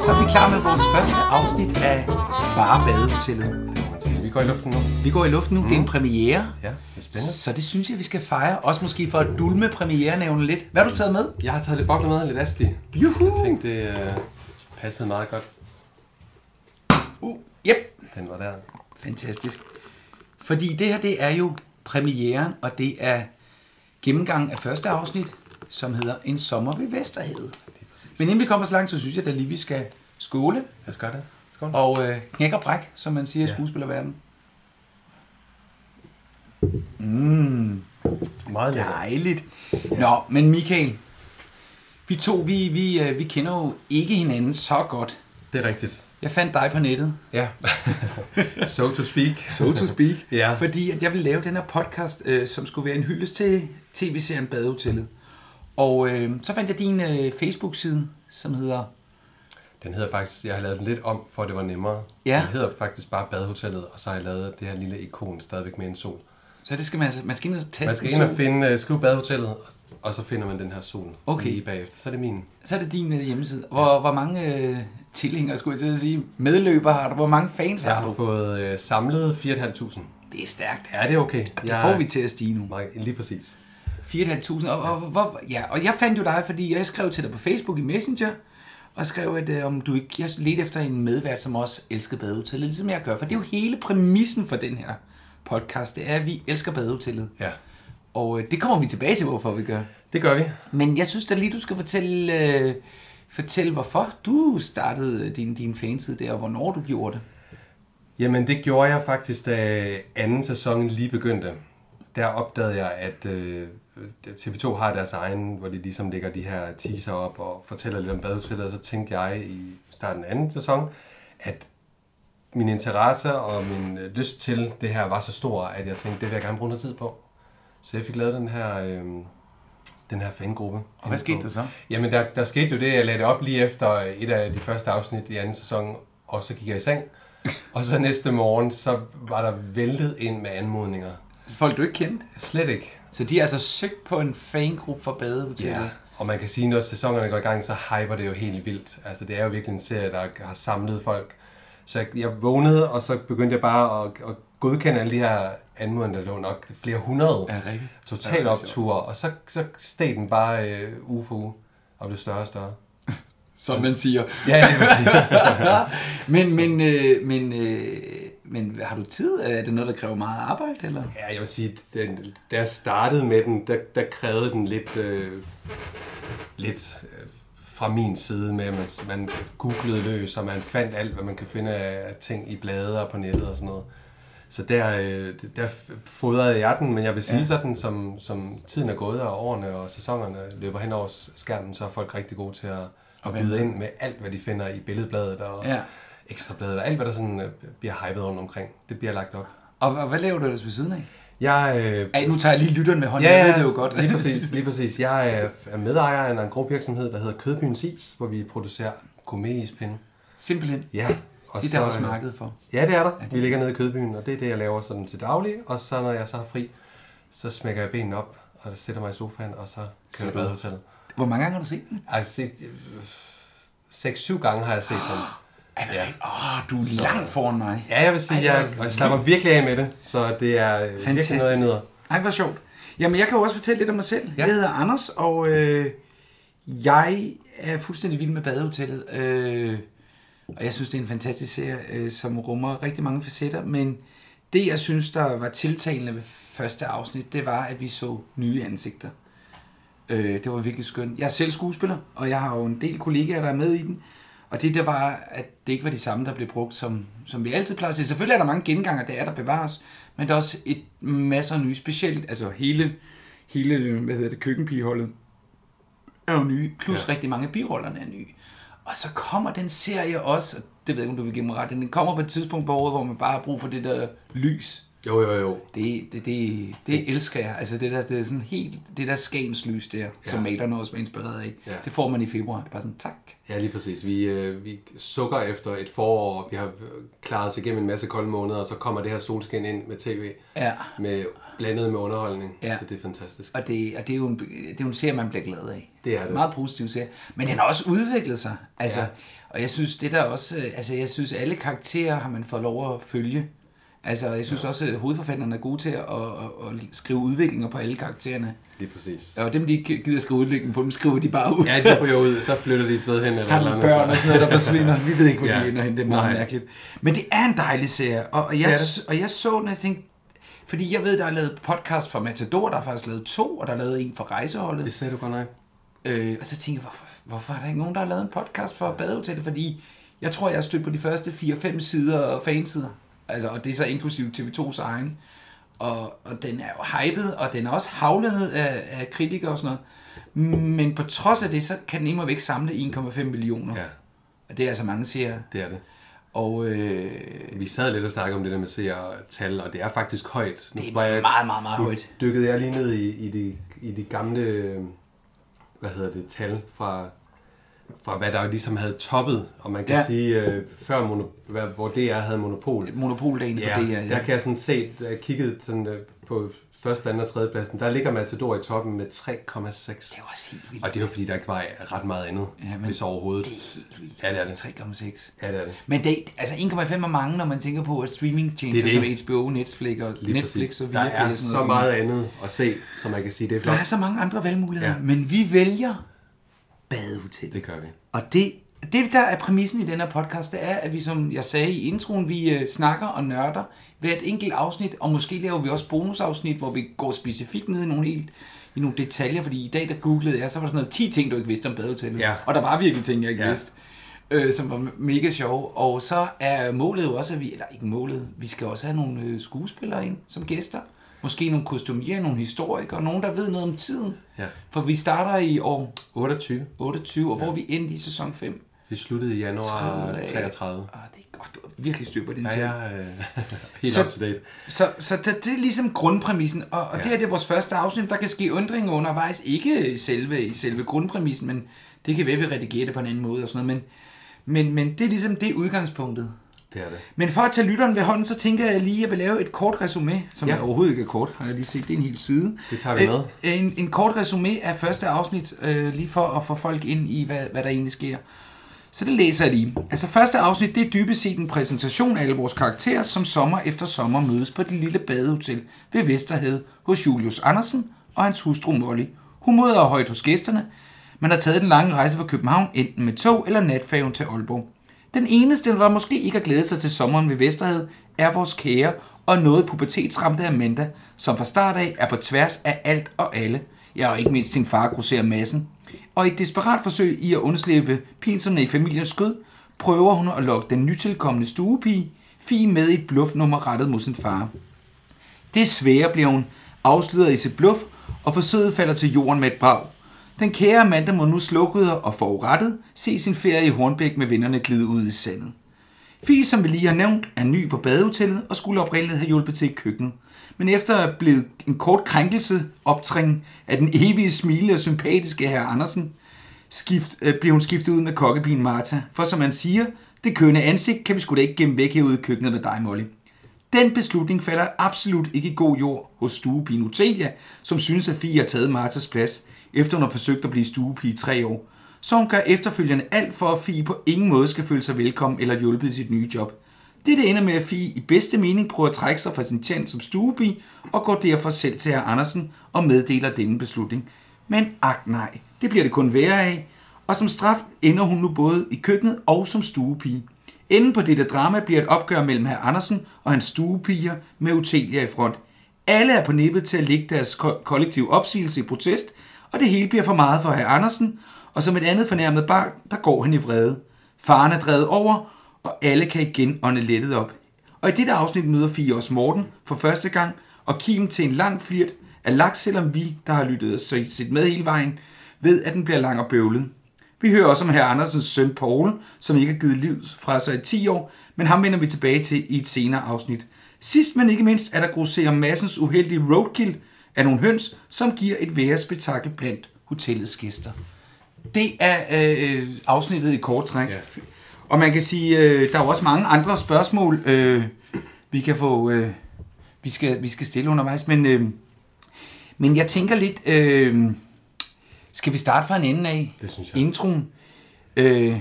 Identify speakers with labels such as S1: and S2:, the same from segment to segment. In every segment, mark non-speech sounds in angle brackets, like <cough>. S1: Så er vi klar med vores første afsnit af Bare Badehotellet.
S2: Martin, vi går i luften nu.
S1: Vi går i luften nu, det
S3: Mm.
S1: er en premiere.
S2: Ja, det er spændende.
S1: Så det synes jeg, vi skal fejre. Også måske for at dulme premierenævnen lidt. Hvad har du taget med?
S2: Jeg har taget lidt bobler med, lidt asti.
S1: Juhu!
S2: Jeg tænkte, det øh, passede meget godt.
S1: Uh, yep.
S2: Den var der.
S1: Fantastisk. Fordi det her, det er jo premieren, og det er gennemgangen af første afsnit, som hedder En sommer ved Vesterhavet. Men inden vi kommer så langt, så synes jeg da lige, vi skal skåle
S2: Lad os gøre det. Skål.
S1: og øh, knække og bræk, som man siger i
S2: Ja.
S1: skuespillerverdenen.
S2: meget lækkert.
S1: Dejligt. Nå, men Michael, vi to, vi, vi, øh, vi kender jo ikke hinanden så godt.
S2: Det er rigtigt.
S1: Jeg fandt dig på nettet. <laughs>
S2: Ja. so to speak.
S1: So to speak.
S2: Ja.
S1: Fordi at jeg ville lave den her podcast, øh, som skulle være en hyldest til tv-serien Badehotellet. Og øh, så fandt jeg din øh, Facebook-side, som hedder...
S2: Den hedder faktisk, jeg har lavet den lidt om, for at det var nemmere.
S1: Ja.
S2: Den hedder faktisk bare Badehotellet, og så har jeg lavet det her lille ikon stadigvæk med en sol.
S1: Så det skal man, altså- man skal ind og teste
S2: Man skal
S1: en
S2: ind og
S1: sol.
S2: finde, øh, skrive Badehotellet, og- og så finder man den her sol
S1: Okay.
S2: lige bagefter. Så er det min.
S1: Så er det din øh, hjemmeside. Hvor, hvor mange øh, tilhængere, skulle jeg til at sige, medløbere har du? Hvor mange fans
S2: Jeg
S1: har
S2: har
S1: du?
S2: fået øh, samlet 4.500.
S1: Det er stærkt.
S2: Ja, det er okay.
S1: Det får vi til at stige nu.
S2: Mange- Lige præcis.
S1: 4.500. Og, og, hvor, ja, og jeg fandt jo dig, fordi jeg skrev til dig på Facebook i Messenger, og skrev, at øh, om du ikke, jeg ledte efter en medvært, som også elskede badehotellet, ligesom jeg gør. For det er jo hele præmissen for den her podcast, det er, at vi elsker badehotellet.
S2: Ja.
S1: Og øh, det kommer vi tilbage til, hvorfor vi gør.
S2: Det gør vi.
S1: Men jeg synes da lige, du skal fortælle, øh, fortælle hvorfor du startede øh, din, din fanside der, og hvornår du gjorde det.
S2: Jamen, det gjorde jeg faktisk, da anden sæson lige begyndte. Der opdagede jeg, at øh, TV2 har deres egen, hvor de ligesom lægger de her teaser op og fortæller lidt om badehotellet, og så tænkte jeg i starten af anden sæson, at min interesse og min øh, lyst til det her var så stor, at jeg tænkte, det vil jeg gerne bruge noget tid på. Så jeg fik lavet den her, øh, den her fangruppe.
S1: Og hvad skete der så?
S2: Jamen, der, der skete jo det, jeg lagde det op lige efter øh, et af de første afsnit i anden sæson, og så gik jeg i
S1: <laughs>
S2: seng. Og så næste morgen, så var der væltet ind med anmodninger.
S1: Folk, du ikke kendte.
S2: Slet ikke.
S1: Så de har altså søgt på en fangruppe for badehotellet. Yeah.
S2: Og man kan sige, når sæsonerne går i gang, så hyper det jo helt vildt. Altså, det er jo virkelig en serie, der har samlet folk. Så jeg, jeg vågnede, og så begyndte jeg bare at, at godkender alle de her anmodninger, der lå nok flere hundrede.
S1: Er det rigtigt? Ja,
S2: Total
S1: det er
S2: optur, og så, så steg den bare øh, uge for uge, og blev større og større.
S1: Som man siger.
S2: Ja, det vil sige.
S1: Men, men, øh, men, øh, men har du tid? Er det noget, der kræver meget arbejde? Eller?
S2: Ja, jeg vil sige, den, da jeg startede med den, der, der krævede den lidt, øh, lidt øh, fra min side med, at man, man googlede løs, og man fandt alt, hvad man kan finde af ting i blade og på nettet og sådan noget. Så der, øh, der fodrede jeg den, men jeg vil sige ja. sådan, som, som tiden er gået, og årene og sæsonerne løber hen over skærmen, så er folk rigtig gode til at, at byde ind med alt, hvad de finder i billedbladet og
S1: Ja.
S2: ja. ekstrabladet, og alt, hvad der sådan øh, bliver hypet rundt omkring, det bliver lagt op.
S1: Og hvad, hvad laver du ellers ved siden af?
S2: Jeg øh,
S1: Ej, nu tager jeg lige lytteren med hånden. Ja, ja. Jeg ved det jo godt.
S2: Lige præcis, lige præcis. Jeg er- er medejer af en engrosvirksomhed, der hedder Kødbyens Is, hvor vi producerer gourmetispinde.
S1: <laughs> Simpelthen. Det
S2: Ja. Og øh,
S1: er der også marked for.
S2: Ja, det er der. Vi ligger nede i Kødbyen, og det er det, jeg laver sådan til daglig. Og så når jeg så har fri, så smækker jeg benene op, og sætter mig i sofaen, og så kører jeg
S1: du-
S2: badehotellet.
S1: Hvor mange gange har du set den?
S2: Jeg har set... øh, 6-7 gange har jeg set
S1: <gasps>
S2: dem.
S1: Er det ja. Åh, du er langt foran mig.
S2: Ja, jeg vil sige,
S1: Ej,
S2: jeg,
S1: hvor
S2: og jeg slapper virkelig af med det, så det er øh, virkelig
S1: Fantastisk.
S2: noget, jeg nyder.
S1: Ej, hvor sjovt. Jamen, jeg kan jo også fortælle lidt om mig selv. Ja.
S2: Ja.
S1: Jeg hedder Anders, og øh, jeg er fuldstændig vild med badehotellet. Øh, og jeg synes, det er en fantastisk serie, øh, som rummer rigtig mange facetter. Men det, jeg synes, der var tiltalende ved første afsnit, det var, at vi så nye ansigter. Øh, det var virkelig skønt. Jeg er selv skuespiller, og jeg har jo en del kollegaer, der er med i den. Og det der var, at det ikke var de samme, der blev brugt, som, som vi altid plejer at se. Selvfølgelig er der mange genganger, der er, der bevares, men der er også et masser af nye, specielt, altså hele, hele hvad hedder det, køkkenpigeholdet er jo nye, plus ja. rigtig mange af birollerne er nye. Og så kommer den serie også, og det ved jeg ikke, om du vil give mig ret, den kommer på et tidspunkt på året, hvor man bare har brug for det der lys.
S2: Jo, jo, jo.
S1: Det, det, det, det elsker jeg. Altså det der, det er sådan helt, det der skagenslys der, ja. som malerne også var inspireret af. Ja.
S2: Ja.
S1: Det får man i februar. Det er bare sådan, tak.
S2: Ja, lige præcis. Vi, øh, vi sukker efter et forår, vi har øh, klaret os igennem en masse kolde måneder, og så kommer det her solskin ind med tv,
S1: Ja.
S2: med, blandet med underholdning,
S1: Ja.
S2: ja. så det er fantastisk.
S1: Og det, og det, er, jo en, det er jo en serie, man bliver glad af.
S2: Det er det.
S1: Meget positiv serie. Men den har også udviklet sig. Altså, ja.
S2: Ja.
S1: Og jeg synes, det der også, øh, altså jeg synes, alle karakterer har man fået lov at følge. Altså, jeg synes ja. også, at hovedforfatterne er gode til at, at, at, at skrive udviklinger på alle karaktererne.
S2: Lige præcis.
S1: Og dem, de ikke gider skrive udviklinger på, dem skriver de bare ud.
S2: Ja, de ryger ud, så flytter de et sted hen. Eller et
S1: har
S2: eller
S1: nogle
S2: andet,
S1: børn
S2: så-
S1: og sådan noget, der forsvinder. Vi ved ikke, hvor de
S2: Ja.
S1: ender hen. Det er meget
S2: Nej.
S1: mærkeligt. Men det er en dejlig serie. Og, og, jeg,
S2: er det.
S1: og jeg så den, og jeg tænkte, fordi jeg ved, der er lavet podcast fra Matador, der er faktisk lavet to, og der er lavet en for
S2: <laughs> Det
S1: rejseholdet.
S2: sagde du godt nok.
S1: Øh, og så tænkte jeg, hvorfor, hvorfor er der ikke nogen, der har lavet en podcast for badehotellet? Fordi jeg tror, jeg har stødt på de første 4-5 sider og fansider. Altså, og det er så inklusive TV2's egen. Og, og den er jo hyped, og den er også havlet ned af, af kritikere og sådan noget. Men på trods af det, så kan den imod væk samle 1,5 millioner.
S2: Ja,
S1: Og det er altså mange serier.
S2: det er det.
S1: Og øh,
S2: Vi sad lidt og snakkede om det der med seer og tal, og det er faktisk højt. Nu
S1: Det er
S2: var jeg,
S1: meget, meget, meget
S2: nu
S1: højt.
S2: Dykkede jeg lige ned i, i, de, i de gamle, øh, hvad hedder det, tal fra, fra hvad der jo ligesom havde toppet. Og man kan
S1: Ja.
S2: ja. sige, øh, før mono, hvad, hvor DR havde monopol.
S1: monopoldagen
S2: Ja,
S1: på det her.
S2: der kan jeg sådan set, da jeg kiggede sådan, øh, på første, anden og tredje pladsen, der ligger Matador i toppen med 3,6.
S1: Det er jo også helt vildt.
S2: Og det er jo fordi, der ikke var ret meget andet,
S1: Ja, men-
S2: hvis overhovedet.
S1: Det er helt vildt.
S2: Ja, det er det.
S1: 3,6.
S2: Ja, det er det.
S1: Men det, altså 1,5 er mange, når man tænker på, at streamingtjenester
S2: Det er
S1: som HBO, Netflix og
S2: Lige
S1: Netflix
S2: præcis.
S1: og
S2: Der
S1: Viaplay
S2: er
S1: og sådan
S2: så
S1: noget.
S2: meget andet at se, som man kan sige, det er
S1: Der
S2: flot.
S1: er så mange andre valgmuligheder, ja.
S2: Ja.
S1: men vi vælger badehotel.
S2: Det gør vi.
S1: Og det, det, der er præmissen i den her podcast, det er, at vi, som jeg sagde i introen, vi øh, snakker og nørder hvert enkelt afsnit, og måske laver vi også bonusafsnit, hvor vi går specifikt ned i nogle helt i nogle detaljer, fordi i dag, der googlede jeg, så var der sådan noget 10 ting, du ikke vidste om badehotellet.
S2: Ja.
S1: Og der var virkelig ting, jeg ikke
S2: Ja.
S1: vidste, øh, som var mega sjove. Og så er målet jo også, at vi, eller ikke målet, vi skal også have nogle øh, skuespillere ind som gæster. Måske nogle kostumier, nogle historikere, nogen, der ved noget om tiden.
S2: Ja.
S1: For vi starter i år
S2: 28.
S1: 28, og hvor er vi endte i sæson 5.
S2: Vi sluttede i januar
S1: Ah, det
S2: 33.
S1: er godt. Du har virkelig styr på din
S2: Ja,
S1: ja, ja.
S2: jeg er øh, <laughs> helt
S1: Så-
S2: up to date.
S1: Så, så det, det er ligesom grundpræmissen. Og, og ja. det
S2: Ja.
S1: her det er vores første afsnit. Der kan ske ændringer undervejs. Ikke i selve, i selve grundpræmissen, men det kan være, at vi redigerer det på en anden måde og sådan noget. Men, men, men det er ligesom det er udgangspunktet.
S2: Det er det.
S1: Men for at tage lytteren ved hånden, så tænker jeg lige, at jeg vil lave et kort resume, som
S2: Ja.
S1: ja. overhovedet ikke er kort, har jeg lige set. Det er en hel side.
S2: Det tager vi
S1: Øh,
S2: med.
S1: En, en kort resume af første afsnit, øh, lige for at få folk ind i, hvad, hvad der egentlig sker. Så det læser jeg lige. Altså første afsnit, det er dybest set en præsentation af alle vores karakterer, som sommer efter sommer mødes på det lille badehotel ved Vesterhed hos Julius Andersen og hans hustru Molly. Humøret er højt hos gæsterne. Man har taget den lange rejse fra København enten med tog eller natfærgen til Aalborg. Den eneste, der måske ikke har glædet sig til sommeren ved Vesterhed, er vores kære og noget pubertetsramte Amanda, som fra start af er på tværs af alt og alle. Ja, og ikke mindst sin far, grosserer massen. Og i et desperat forsøg i at undslippe pinserne i familiens skød, prøver hun at lokke den nytilkommende stuepige, Fie, med i et bluffnummer rettet mod sin far. Desværre bliver hun afsløret i sit bluff, og forsøget falder til jorden med et brag. Den kære Amanda må nu slukket og forurettet se sin ferie i Hornbæk med vennerne glide ud i sandet. Fie, som vi lige har nævnt, er ny på badehotellet og skulle oprindeligt have hjulpet til i køkkenet. Men efter at have blevet en kort krænkelse optrængen af den evige smile og sympatiske herr Andersen, skift, øh, bliver hun skiftet ud med kokkepigen Martha. For som man siger, det kønne ansigt kan vi sgu da ikke gemme væk herude i køkkenet med dig, Molly. Den beslutning falder absolut ikke i god jord hos stuepigen Otelia, som synes, at Fie har taget Martas plads, efter hun har forsøgt at blive stuepige i tre år. Så hun gør efterfølgende alt for, at Fie på ingen måde skal føle sig velkommen eller hjulpet i sit nye job. Det ender med, at Fie i bedste mening prøver at trække sig fra sin tjent som stuepige, og går derfor selv til herr Andersen og meddeler denne beslutning. Men ak nej, det bliver det kun værre af, og som straf ender hun nu både i køkkenet og som stuepige. Enden på dette drama bliver et opgør mellem herr Andersen og hans stuepiger med Utelia i front. Alle er på nippet til at lægge deres ko- kollektiv opsigelse i protest, og det hele bliver for meget for herr Andersen, og som et andet fornærmet barn, der går han i vrede. Faren er drevet over, og alle kan igen ånde lettet op. Og i dette afsnit møder Fie også Morten for første gang, og Kim til en lang flirt af laks, selvom vi, der har lyttet og set set med hele vejen, ved, at den bliver lang og bøvlet. Vi hører også om herr Andersens søn Paul, som ikke har givet liv fra sig i 10 år, men ham vender vi tilbage til i et senere afsnit. Sidst men ikke mindst er der grosserer massens uheldige roadkill af nogle høns, som giver et værre spektakel blandt hotellets gæster. Det er øh, afsnittet i kort træk.
S2: Ja.
S1: Og man kan sige, øh, der er jo også mange andre spørgsmål, øh, vi kan få, øh, vi, skal, vi skal stille undervejs, men, øh, men jeg tænker lidt, øh, skal vi starte fra en ende af?
S2: Det synes jeg.
S1: Introen, øh,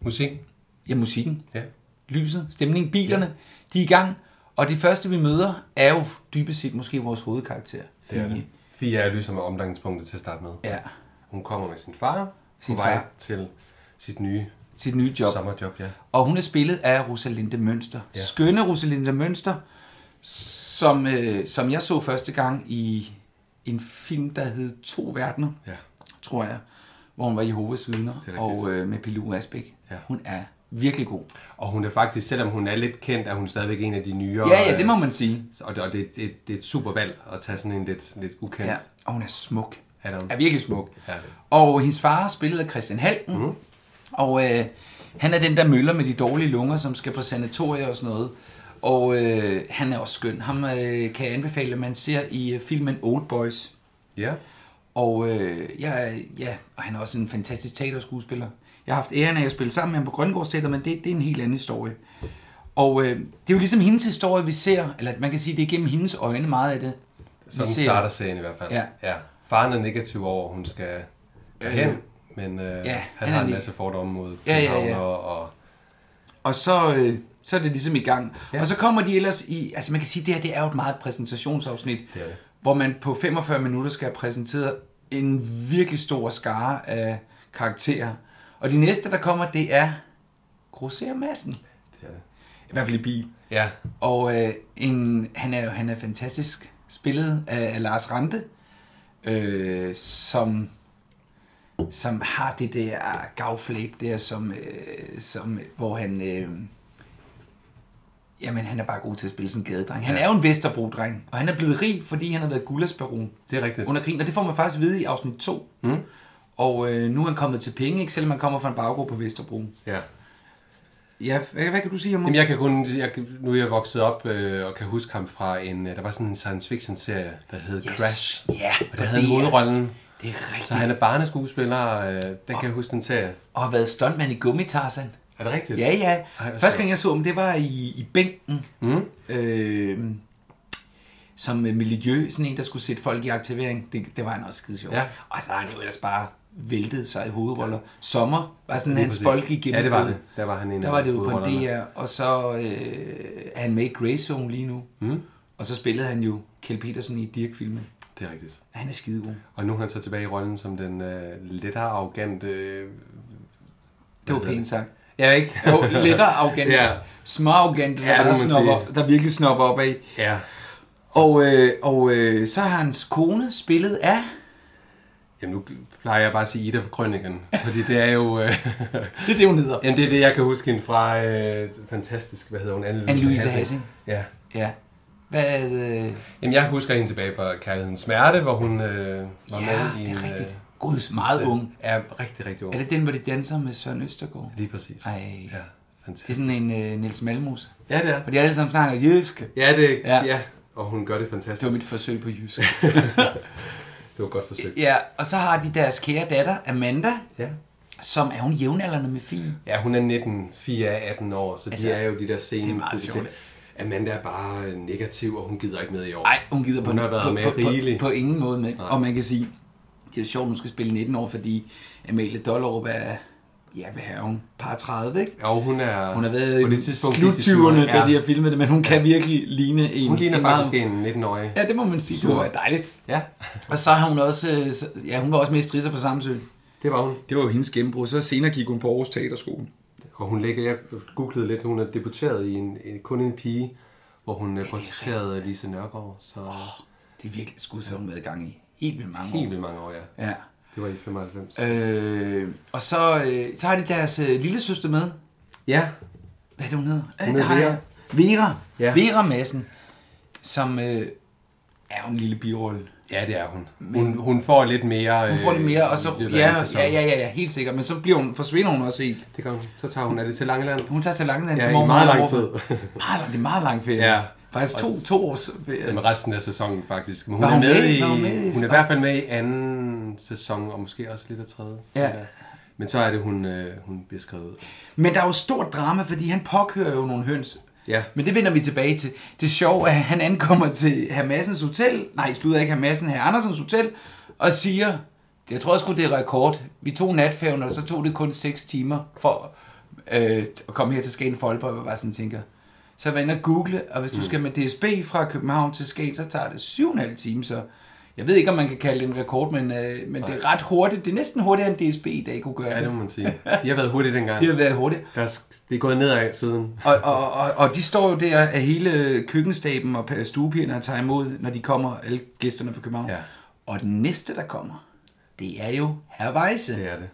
S2: Musik?
S1: ja musikken,
S2: Ja.
S1: lyset, stemningen, bilerne, ja. de er i gang, og det første vi møder er jo dybest set måske vores hovedkarakter,
S2: Det er det.
S1: Fie.
S2: Fie er jo ligesom omdangspunktet til at starte med.
S1: Ja,
S2: Hun kommer med sin far
S1: Sin
S2: på vej
S1: far.
S2: til sit nye
S1: sit nye job.
S2: job. sommerjob, ja.
S1: Og hun er spillet af Rosalinde Mønster. Ja. Skønne Rosalinde Mønster, som, øh, som jeg så første gang i en film, der hed To Verdener,
S2: Ja.
S1: tror jeg, hvor hun var Jehovas vidner,
S2: Det er rigtigt.
S1: og øh, med Pilu Asbæk.
S2: Ja.
S1: Hun er virkelig god.
S2: Og hun er faktisk, selvom hun er lidt kendt, er hun stadigvæk en af de nyere.
S1: Ja, ja, det må
S2: øh,
S1: man sige.
S2: Og det, og det, det, det er et super valg at tage sådan en lidt, lidt ukendt.
S1: Ja. Og hun er smuk.
S2: Er der-
S1: Er virkelig smuk.
S2: Ja. Mm-hmm.
S1: Og hendes far er spillet af Christian Halten. Mm. Og øh, han er den der møller med de dårlige lunger, som skal på sanatorier og sådan noget. Og øh, han er også skøn. Ham øh, kan jeg anbefale, at man ser i øh, filmen Old Boys.
S2: ja.
S1: Og øh, ja, ja, og han er også en fantastisk teaterskuespiller. Jeg har haft æren af at spille sammen med ham på Grøngårdsteater, men det, det er en helt anden historie. Og øh, det er jo ligesom hendes historie, vi ser, eller man kan sige, det er gennem hendes øjne meget af det. vi
S2: Sådan
S1: ser.
S2: starter serien i hvert fald.
S1: Ja.
S2: ja. Faren er negativ over, hun skal hen, men øh,
S1: ja,
S2: ja, han,
S1: han er
S2: har en
S1: neg-
S2: masse fordomme mod
S1: Ja, ja, ja.
S2: københavnere og... og
S1: Og så, øh, så er det ligesom i gang. Ja.
S2: Ja.
S1: Og så kommer de ellers i... Altså man kan sige, det her det er jo et meget præsentationsafsnit,
S2: Det er det.
S1: hvor man på 45 minutter skal have præsenteret en virkelig stor skare af karakterer. Og de næste, der kommer, det er Grosser Madsen.
S2: det er det.
S1: I hvert fald i bil.
S2: Ja,
S1: Og øh, en, han er jo han er fantastisk spillet af, af Lars Rante, øh, som, som har det der gavflæb der, som, øh, som, hvor han... Øh, jamen, han er bare god til at spille sådan en gadedreng. Han
S2: Ja.
S1: er jo en Vesterbro-dreng, og han er blevet rig, fordi han har været gulasbaron
S2: det er rigtigt.
S1: under krigen, og det får man faktisk at vide i afsnit 2. Mm. Og øh, nu er han kommet til penge, ikke? selvom han kommer fra en baggård på Vesterbro.
S2: Ja.
S1: Ja, hvad, hvad kan du sige om ham?
S2: Jamen, jeg kan kun, jeg, kan- nu er jeg vokset op øh, og kan huske ham fra en, øh, der var sådan en science fiction serie, der hed yes. Crash.
S1: Ja,
S2: Og der
S1: og
S2: havde han
S1: det er-
S2: hovedrollen.
S1: Det er rigtigt.
S2: Så han er barneskuespiller, øh, den kan jeg huske den serie.
S1: og har været stuntmand i Gummitarsan.
S2: Er det rigtigt?
S1: Ja, ja.
S2: hvor sjovt.
S1: Første gang, jeg så ham, det var i, i bænken. Mm. Øh, Øhm, som øh, miljø, sådan en, der skulle sætte folk i aktivering. Det, det var han også skide sjov.
S2: Ja.
S1: Og så har han jo ellers bare væltet sig i hovedroller. Sommer var sådan
S2: Lige
S1: hans
S2: præcis.
S1: bolk igennem.
S2: Ja, det var det. Der var han en
S1: Der
S2: af
S1: var det jo på
S2: hovedrollerne.
S1: DR, og så øh, er han med i Greyzone lige nu. Mm. Og så spillede han jo Kjell Petersen i Dirk-filmen.
S2: Det er rigtigt.
S1: Han er skidegod.
S2: Og nu er han så tilbage i rollen som den øh, lettere arrogante... Øh,
S1: Det var pænt sagt.
S2: ja, ikke?
S1: Jo, lettere arrogant.
S2: Ja.
S1: ja. Små arrogant, der,
S2: Ja,
S1: ja,
S2: det må
S1: der,
S2: man
S1: snopper,
S2: sige.
S1: der virkelig snopper op af.
S2: ja.
S1: Og, øh, og øh, så har hans kone spillet af...
S2: Jamen, nu plejer jeg bare at sige Ida fra Krønningen, fordi det er jo... Øh, <laughs>
S1: Det er det, hun hedder.
S2: jamen, det er det, jeg kan huske hende fra øh, fantastisk... Hvad hedder hun?
S1: Anne-Louise
S2: Hassing.
S1: Hassing.
S2: Ja.
S1: Ja. Hvad... Øh,
S2: Jamen, jeg husker hende tilbage fra Kærlighedens Smerte, hvor hun øh, var
S1: ja,
S2: med i
S1: det
S2: en...
S1: er rigtigt.
S2: øh,
S1: Gud, meget ung.
S2: Er rigtig, rigtig ung.
S1: Er det den, hvor de danser med Søren Østergaard?
S2: Lige præcis.
S1: Ej.
S2: Ja,
S1: Det er
S2: fantastisk.
S1: sådan en øh, Niels Malmus.
S2: Ja, det er.
S1: Og de alle sammen snakker jødiske.
S2: Ja, det ja.
S1: Ja.
S2: ja. Og hun gør det fantastisk.
S1: Det var mit forsøg på jysk.
S2: det var godt forsøgt.
S1: ja, og så har de deres kære datter, Amanda,
S2: Ja.
S1: som er hun jævnaldrende med Fie.
S2: Ja, hun er 19, 4 er 18 år, så altså,
S1: Altså,
S2: de er jo de der sene
S1: det er meget
S2: pubertet.
S1: sjovt.
S2: Amanda er bare øh, negativ, og hun gider ikke med i år.
S1: Nej, hun gider på,
S2: Hun har været
S1: på,
S2: med
S1: på,
S2: rigeligt.
S1: på, på ingen måde med. Og man kan sige, det er jo sjovt, at hun skal spille 19 år, fordi Amalie Dollerup er, ja, hvad er hun? Par 30, ikke?
S2: Og hun er
S1: Hun har været
S2: på
S1: i
S2: det tidspunkt sidst i
S1: 20'erne,
S2: tyverne,
S1: da de har filmet det, men hun kan virkelig ligne en...
S2: Hun ligner
S1: en
S2: faktisk
S1: meget...
S2: en 19-årig.
S1: Ja, det må man sige. Det var dejligt.
S2: Ja,
S1: Og så har hun også... øh, så- Ja, hun var også med i Strisser på Samsø.
S2: det var hun.
S1: Det var jo hendes gennembrud. Så senere gik hun på Aarhus Teaterskole.
S2: Og hun ligger, jeg googlede lidt, hun er debuteret i en, en kun en pige, hvor hun ja, portrætterede Lise Nørgaard, så oh,
S1: Det er virkelig skud, så hun med i gang i. Helt vildt mange
S2: helt vildt mange år, ja.
S1: år. Ja.
S2: Det var i 95.
S1: Øh, og så, øh, så har de deres øh, lille søster med.
S2: Ja,
S1: Hvad er det, hun hedder? Øh,
S2: Hun
S1: det
S2: hedder
S1: har jeg. Vera.
S2: Ja.
S1: Ja. Vera Madsen, som øh, er jo en lille birolle.
S2: ja det er hun. Hun, hun får lidt mere... øh,
S1: Hun får lidt mere, og så...
S2: i løbet af
S1: Ja,
S2: en sæson.
S1: ja, ja, ja, ja, helt sikkert. Men så bliver hun, forsvinder hun også helt.
S2: Det gør hun. Så tager hun, er det til Langeland?
S1: Hun tager til Langeland
S2: Ja,
S1: til
S2: i
S1: mormor.
S2: meget
S1: og
S2: lang
S1: morfar.
S2: tid.
S1: Meget, lang- det er meget lang ferie.
S2: Ja.
S1: Faktisk to, to års ferie.
S2: Jamen resten af sæsonen faktisk. Men hun,
S1: Var
S2: er
S1: hun
S2: med,
S1: med?
S2: i,
S1: Var hun med i-
S2: hun er i hvert fald med i anden sæson, og måske også lidt af tredje.
S1: Ja.
S2: tænker jeg. Men så er det, hun, øh, hun bliver skrevet ud.
S1: Men der er jo stort drama, fordi han påkører jo nogle høns.
S2: Ja.
S1: Men det vender vi tilbage til. Det er sjovt, at han ankommer til Hamassens Hotel. Nej, slutter ikke Hamassen, her Andersens Hotel. Og siger, jeg tror sgu, det er rekord. Vi tog natfærgen, og så tog det kun 6 timer for øh, at komme her til Skagen Folborg. Hvad var sådan tænker. Så jeg var inde og google, og
S2: Mm.
S1: hvis du skal med DSB fra København til Skagen, så tager det 7,5 timer. Så jeg ved ikke, om man kan kalde det en rekord, men, øh, men det er ret hurtigt. Det er næsten hurtigere, end DSB i dag kunne gøre.
S2: Ja, det
S1: det
S2: må man sige. De har været hurtigt dengang.
S1: det har været hurtigt.
S2: Der er, sk- det er gået nedad siden.
S1: Og, og, og, og de står jo der af hele køkkenstaben og stuepigerne og tager imod, når de kommer, alle gæsterne fra København.
S2: Ja.
S1: Og den næste, der kommer, det er jo herr Weisse.
S2: Det er det.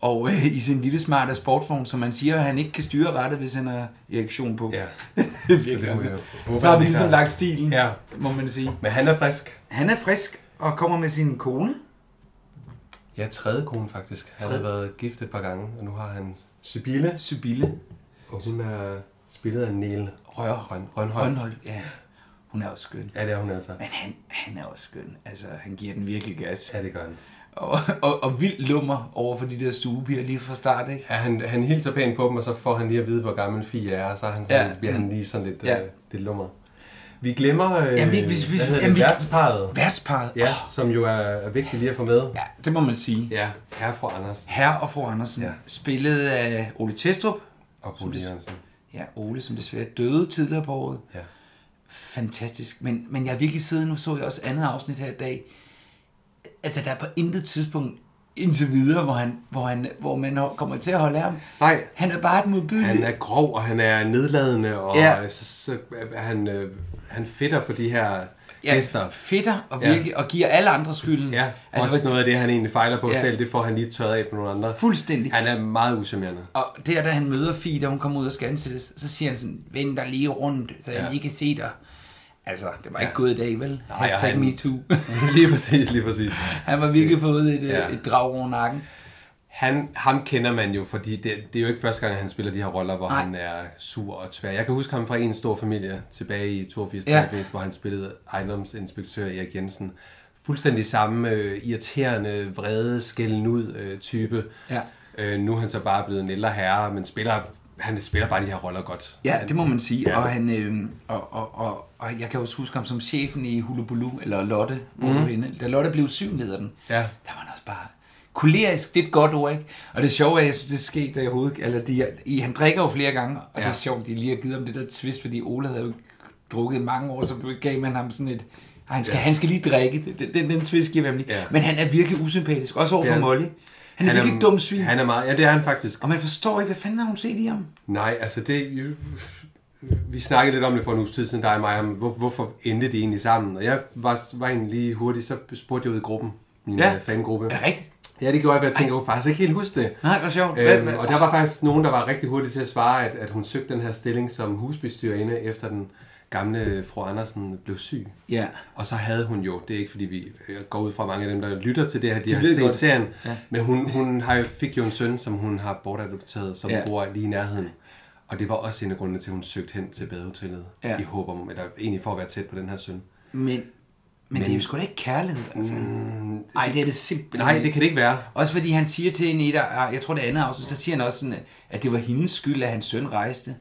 S1: Og øh, i sin lille smarte sportsvogn, som man siger, at han ikke kan styre rettet, hvis han har erektion på.
S2: Ja.
S1: det er <laughs> virkelig.
S2: altså. Så det må
S1: Så,
S2: jeg håbe,
S1: så har
S2: han
S1: vi
S2: ikke
S1: ligesom
S2: har.
S1: lagt stilen,
S2: Ja.
S1: må man sige.
S2: Men han er frisk.
S1: Han er frisk og kommer med sin kone.
S2: Ja, tredje kone faktisk. Han har
S1: Tredje.
S2: været gift et par gange, og nu har han Sybille,
S1: Sybille
S2: og hun er spillet af Niel
S1: Rørholm.
S2: Rønholdt.
S1: Rønhold. Ja. Hun er også skøn.
S2: Ja, det er hun altså.
S1: Men han, han er også skøn. Altså, han giver den virkelig gas.
S2: Ja, det gør han.
S1: Og, og, og vild lummer over for de der stuepiger lige fra start, ikke?
S2: Ja, han, han hilser pænt på dem, og så får han lige at vide, hvor gammel Fie er, og så er han sådan, ja,
S1: Ja,
S2: bliver han
S1: sådan-
S2: lige sådan lidt, ja.
S1: ja.
S2: øh, lidt lummer. Vi glemmer, øh,
S1: Jamen, vi- vi-
S2: hvad
S1: vi-
S2: hedder
S1: jamen,
S2: det,
S1: vi-
S2: værtsparet,
S1: Værtsparet.
S2: ja, som jo er, er vigtigt lige at få med.
S1: ja, det må man sige.
S2: Ja, herre fru Andersen
S1: Herre og fru Andersen,
S2: Ja.
S1: ja. spillet af Ole Testrup.
S2: og Bo Jørgensen.
S1: Ja, Ole, som desværre døde tidligere på året.
S2: Ja.
S1: Fantastisk. Men, men jeg har virkelig siddet, nu så jeg også andet afsnit her i dag. Altså, der er på intet tidspunkt indtil videre, hvor, han, hvor, han, hvor man kommer til at holde af ham.
S2: Nej.
S1: Han er bare et modbydelig.
S2: Han er grov, og han er nedladende, og ja.
S1: Ja.
S2: så, så er han, øh, han fedter for de her ja.
S1: ja,
S2: gæster.
S1: fedter og
S2: Ja.
S1: virkelig, ja. og giver alle andre skylden.
S2: Ja, altså,
S1: altså,
S2: også
S1: hvor-
S2: noget af det, han egentlig fejler på ja.
S1: Ja.
S2: selv, det får han lige tørret af på nogle andre.
S1: Fuldstændig.
S2: Han er meget usammerende.
S1: Og der, da han møder Fie, da hun kommer ud og skal ansættes, så siger han sådan, vend dig lige rundt, så jeg
S2: Ja.
S1: lige kan se dig. Altså, det var
S2: Ja.
S1: ikke gået i dag, vel?
S2: og
S1: Hashtag
S2: han-
S1: han... MeToo. <laughs>
S2: <laughs> lige præcis, lige præcis.
S1: han var virkelig fået et,
S2: Ja.
S1: ja. et drag over nakken.
S2: Han, ham kender man jo, fordi det, det er jo ikke første gang, han spiller de her roller, hvor Nej. han er sur og tvær. Jeg kan huske ham fra En Stor Familie tilbage i 82
S1: Ja.
S2: ja. hvor han spillede ejendomsinspektør Erik Jensen. Fuldstændig samme øh, irriterende, vrede, skælden ud øh, type.
S1: Ja.
S2: Øh, nu er han så bare blevet en ældre herre, men spiller han spiller bare de her roller godt.
S1: Ja, det må man sige. Ja. Og, han, øh, og, og, og, og jeg kan også huske ham som chefen i Hulubulu, eller Lotte, mm. hende. da Lotte blev syvleder den,
S2: Ja.
S1: der var han også bare kolerisk, det er et godt ord, ikke? Og det sjove er, jeg synes, det skete der i hovedet, eller de, i, han drikker jo flere gange, og ja. det
S2: Ja.
S1: er sjovt, de lige har givet ham det der twist, fordi Ole havde jo drukket i mange år, så gav man ham sådan et, "Ej, han skal, ja. han skal lige drikke, Den- den, den, den twist giver man lige. Ja.
S2: Ja.
S1: Men han er virkelig usympatisk, også over
S2: Det
S1: for
S2: er-
S1: Molly. Han er, virkelig et dumt svin,
S2: Han er meget, ja, det er han faktisk.
S1: og man forstår ikke, hvad fanden har hun set i ham?
S2: Nej, altså det... Vi snakkede lidt om det for en uges tid siden, dig og mig, om hvor, hvorfor endte det egentlig sammen. Og jeg var, var egentlig lige hurtigt, så spurgte jeg ud i gruppen, min
S1: Ja.
S2: ja. fangruppe.
S1: Er det rigtigt?
S2: Ja, det gjorde jeg, for jeg tænkte, jeg faktisk ikke helt huske det.
S1: Nej, hvor sjovt. Hvad-
S2: Øhm,
S1: hvad-
S2: og der var faktisk nogen, der var rigtig hurtigt til at svare, at, at hun søgte den her stilling som husbestyrerinde, efter den gamle fru Andersen blev syg.
S1: Ja.
S2: Og så havde hun jo, det er ikke fordi vi jeg går ud fra mange af dem, der lytter til det her, de, har
S1: ved
S2: set
S1: godt.
S2: serien,
S1: Ja.
S2: ja. men hun, hun har jo, fik jo en søn, som hun har bortadopteret, som
S1: Ja.
S2: ja. bor lige i nærheden. Og det var også en af grundene til, at hun søgte hen til badehotellet
S1: Ja.
S2: ja. i håb om, eller egentlig for at være tæt på den her søn.
S1: Men, men, men det er jo sgu da ikke kærlighed. Mm, Ej, det er det simpelthen
S2: Nej, det
S1: ikke.
S2: kan det ikke være.
S1: Også fordi han siger til hende, i der, ah, jeg tror det andet afsnit, så siger han også sådan, at det var hendes skyld, at hans søn rejste.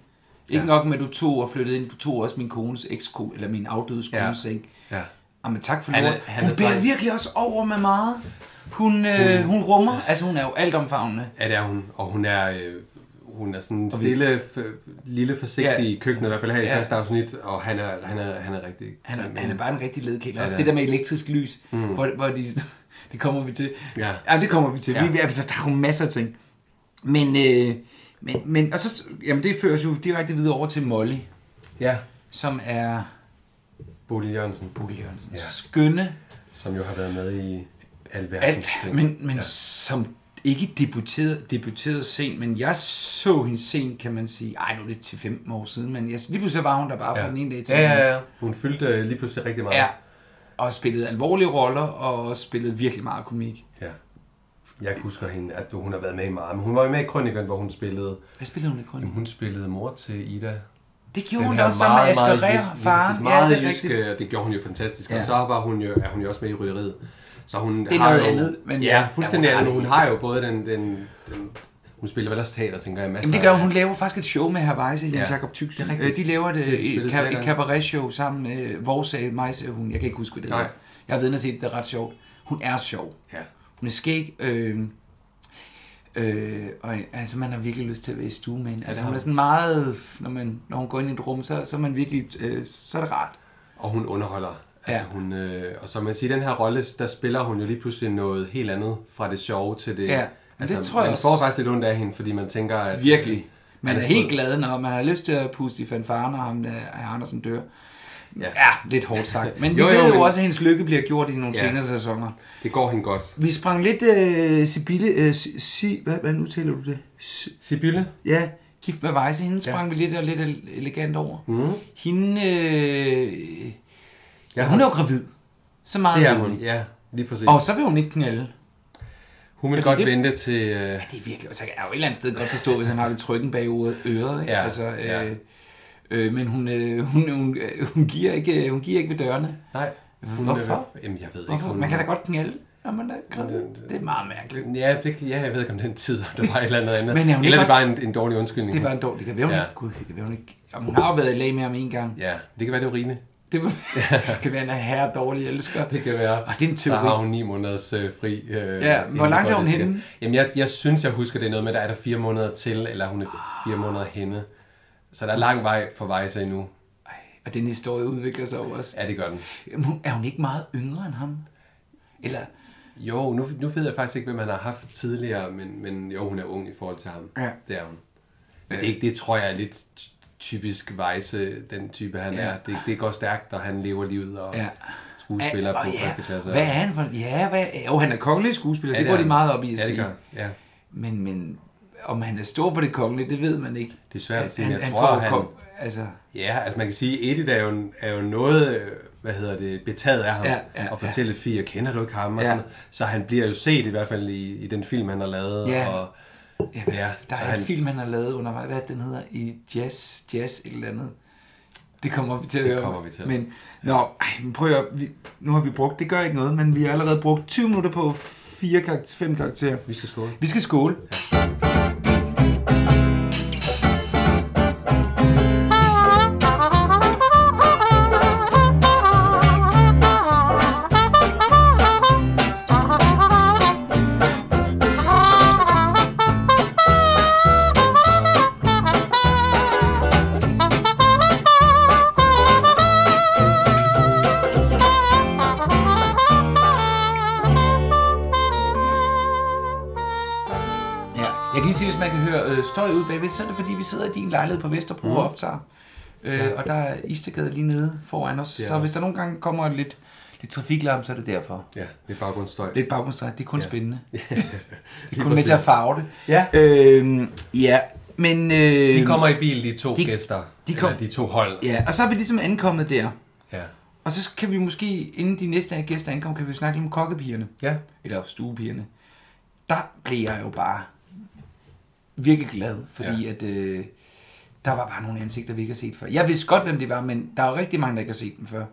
S1: Ikke ja. nok med, at du tog og flyttede ind, du tog også min kones ekskone, eller min afdøde kones, ja.
S2: Ja.
S1: ikke?
S2: Ja.
S1: Jamen tak for
S2: Han er-
S1: lort.
S2: han er
S1: Hun bærer
S2: streng.
S1: virkelig også over med meget. Hun, øh, hun rummer, altså hun er jo altomfavnende.
S2: Ja, det er hun. Og hun er, øh, hun er sådan en stille, f- lille forsigtig
S1: Ja.
S2: i køkkenet, i hvert fald her i
S1: Ja.
S2: første afsnit, og han er, han er, han er rigtig...
S1: Han
S2: grim.
S1: er, han er bare en rigtig ledkælder. Også
S2: Ja,
S1: det
S2: det
S1: der
S2: er.
S1: med elektrisk lys, mm. hvor, hvor de... <laughs> Det kommer vi til.
S2: Ja.
S1: ja det kommer vi til. Ja.
S2: Ja.
S1: Vi, altså, der er jo masser af ting. Men, øh, men, men og så, jamen, det fører os jo direkte videre over til Molly,
S2: Ja,
S1: som er
S2: Bodil Jørgensen,
S1: Bodil Jørgensen. Ja.
S2: Ja.
S1: Skønne
S2: som jo har været med i alverdens
S1: alt,
S2: ting.
S1: men, men ja. som ikke debuteret, debuteret sent, men jeg så hende sent, kan man sige. Ej, nu er det til 15 år siden, men jeg, lige pludselig var hun der bare fra den ene dag til den
S2: ja,
S1: anden.
S2: ja, ja. Hun fyldte øh, lige pludselig rigtig meget.
S1: ja. Og spillede alvorlige roller, og også spillede virkelig meget komik.
S2: ja. Jeg kan huske hende, at hun har været med i meget, men hun var jo med i Krønikeren, hvor hun spillede,
S1: Hvad spillede hun i Grønland?
S2: jamen, hun spillede mor til Ida.
S1: Det gjorde
S2: Den
S1: hun da
S2: her
S1: også sammen med
S2: meget,
S1: Asger
S2: meget
S1: Rær,
S2: jysk-
S1: faren. Ja,
S2: Meget
S1: det er
S2: jysk,
S1: rigtigt.
S2: øh, det gjorde hun jo fantastisk.
S1: Ja.
S2: Og så var hun jo, er hun jo også med i rytteriet. Så hun
S1: Det er
S2: har
S1: noget
S2: jo,
S1: andet, men-
S2: ja, fuldstændig
S1: Ja, hun har det
S2: andet. men Hun
S1: helt.
S2: har jo både den, den, den hun spiller vel også teater, tænker jeg, masser
S1: Jamen, det gør hun.
S2: af-
S1: Hun laver faktisk et show med herr Weisse, Jens
S2: altså, Ja.
S1: Jakob Tyksen.
S2: Det er
S1: Øh,
S2: rigtigt.
S1: De laver et,
S2: Det er de
S1: et,
S2: spillet
S1: kab-
S2: flere
S1: et
S2: gange.
S1: cabaret-show sammen med øh, Vorsag, Majse, hun. Jeg kan ikke huske, hvad det
S2: Nej.
S1: hedder. Jeg har været inde og set, det, det er ret sjovt. Hun er sjov.
S2: Ja.
S1: Hun er skæg. Øh, øh, og altså, man har virkelig lyst til at være i stue med hende. Altså, hun er sådan meget... Når, man, når hun går ind i et rum, så, så er man virkelig... Øh, så er det rart.
S2: Og hun underholder. Altså,
S1: Ja.
S2: hun, øh, og som man siger, i den her rolle, der spiller hun jo lige pludselig noget helt andet fra det sjove til det...
S1: Ja, men
S2: altså,
S1: det tror jeg
S2: man
S1: også-
S2: får faktisk lidt ondt af hende, fordi man tænker, at...
S1: Virkelig. Man
S2: Han
S1: er,
S2: er
S1: helt
S2: sød.
S1: glad, når man har lyst til at puste i fanfaren, og ham, der, herr Andersen dør. Ja.
S2: Ja.
S1: ja, lidt hårdt sagt. Men vi
S2: Jo,
S1: jo,
S2: jo,
S1: ved jo
S2: men-
S1: også, at hendes lykke bliver gjort i nogle ja.
S2: Ja.
S1: senere sæsoner.
S2: Det går hende godt.
S1: Vi sprang lidt øh, Sibylle... Øh, si, si, hvad, hvordan udtaler du det? Si,
S2: Sibylle?
S1: ja, gift med Weisse. Hende sprang ja. vi lidt og lidt ele- elegant over.
S2: Mhm.
S1: Mm. Hende... Øh, ja, hun er jo gravid. Så meget
S2: Det er
S1: ved
S2: hun,
S1: vi.
S2: ja. Lige præcis.
S1: Og så vil hun ikke knalde.
S2: Hun vil godt
S1: det-
S2: det... vente til... Øh,
S1: Det er virkelig, altså jeg kan jo et eller andet sted godt forstå, hvis han har lidt trykken bag øret, øret ikke?
S2: Ja,
S1: altså,
S2: ja.
S1: øh, øh, men hun, øh, hun, hun, øh, hun, giver ikke, hun giver ikke ved dørene.
S2: nej. Hun,
S1: Hvorfor?
S2: Øh, jamen, jeg ved ikke.
S1: Hvorfor?
S2: Hun,
S1: Man kan da godt knælde, når man er gravid. Det er meget mærkeligt.
S2: Ja, det, ja, jeg ved ikke, om den tid, om der var et eller andet andet.
S1: Men er hun
S2: eller
S1: ikke
S2: det var en, en dårlig undskyldning.
S1: Det er bare en dårlig, det kan være hun
S2: Ja.
S1: ikke. Gud, det kan være hun ikke. Jamen, hun har jo været i lag med ham en gang.
S2: Ja, det kan være, det er urine.
S1: Det, var, det <laughs> kan være, han er herre dårlig elsker.
S2: Det kan være.
S1: Og Ah, det er en teori.
S2: Der har hun ni måneders øh, fri. Øh,
S1: Ja,
S2: inden
S1: hvor langt
S2: det
S1: er hun
S2: går, det
S1: henne?
S2: skal. Jamen, jeg, jeg synes, jeg husker, det er noget med, der er der fire måneder til, eller hun er fire måneder henne. Så der er lang vej for vej sig endnu.
S1: Ej, og den historie udvikler sig jo også.
S2: Ja, det gør den.
S1: Jamen, hun- Er hun ikke meget yngre end ham? Eller,
S2: Jo, nu, nu ved jeg faktisk ikke, hvem han har haft tidligere, men, men jo, hun er ung i forhold til ham.
S1: Ja.
S2: Det er hun. Men det, det tror jeg er lidt ty- typisk Vejse, den type han
S1: Ja.
S2: er. Det, det går stærkt, og han lever livet og
S1: Ja.
S2: ja. skuespiller
S1: Åh,
S2: på
S1: ja.
S2: første klasse.
S1: Hvad er han for en? Ja, hvad? Jo, han er kongelig skuespiller.
S2: Ja,
S1: det, det
S2: er
S1: går de
S2: han.
S1: meget op i at
S2: ja, det
S1: sige.
S2: gør. han. Ja.
S1: Men, men om han er stor på det kongelige, det ved man ikke.
S2: Det er svært at sige, men jeg
S1: Altså, han
S2: tror,
S1: får jo
S2: han-
S1: kom- altså,
S2: ja, altså man kan sige, Edith er jo, en- er jo noget, øh, hvad hedder det, betaget af ham.
S1: Ja, ja,
S2: og fortælle Fie, kender du ikke ham? Og
S1: Ja.
S2: sådan noget. Så han bliver jo set i hvert fald i, i den film, han har lavet.
S1: Ja.
S2: Og,
S1: ja, hvad-
S2: Ja,
S1: der
S2: så
S1: er en
S2: han-
S1: film, han har lavet undervejs. Hvad er det, den hedder? I jazz, jazz et eller andet. Det kommer vi til at høre. om.
S2: kommer vi til.
S1: Men, nå, ej, men prøv at høre, vi, nu har vi brugt, det gør ikke noget, men vi har allerede brugt 20 minutter på fire karakter, fem karakterer.
S2: vi skal skåle.
S1: Vi skal skåle. Ja. Jeg kan lige sige, hvis man kan høre øh, støj ude bagved, så er det fordi, vi sidder i din lejlighed på Vesterbro mm. og optager. Øh, Og der er Istegade lige nede foran os.
S2: Ja.
S1: Så hvis der nogle gange kommer lidt, lidt trafiklarm, så er det derfor.
S2: Ja, det er baggrundsstøj.
S1: Lidt baggrundsstøj, det er kun ja. spændende. det er
S2: Lige
S1: kun med til at
S2: præcis.
S1: farve det.
S2: Ja.
S1: Øhm, ja, men... Øh,
S2: De kommer i bil, de to
S1: De-
S2: de, gæster.
S1: de
S2: De,
S1: kom-
S2: kom, eller de to hold.
S1: Ja, og så er vi ligesom ankommet der.
S2: Ja.
S1: Og så kan vi måske, inden de næste gæster ankommer, kan vi snakke lidt om kokkepigerne.
S2: ja.
S1: eller stuepigerne, der blev jeg jo bare virkelig glad, fordi ja. at øh, der var bare nogle ansigter, vi ikke har set før. Jeg vidste godt, hvem det var, men der er jo rigtig mange, der ikke har set dem før.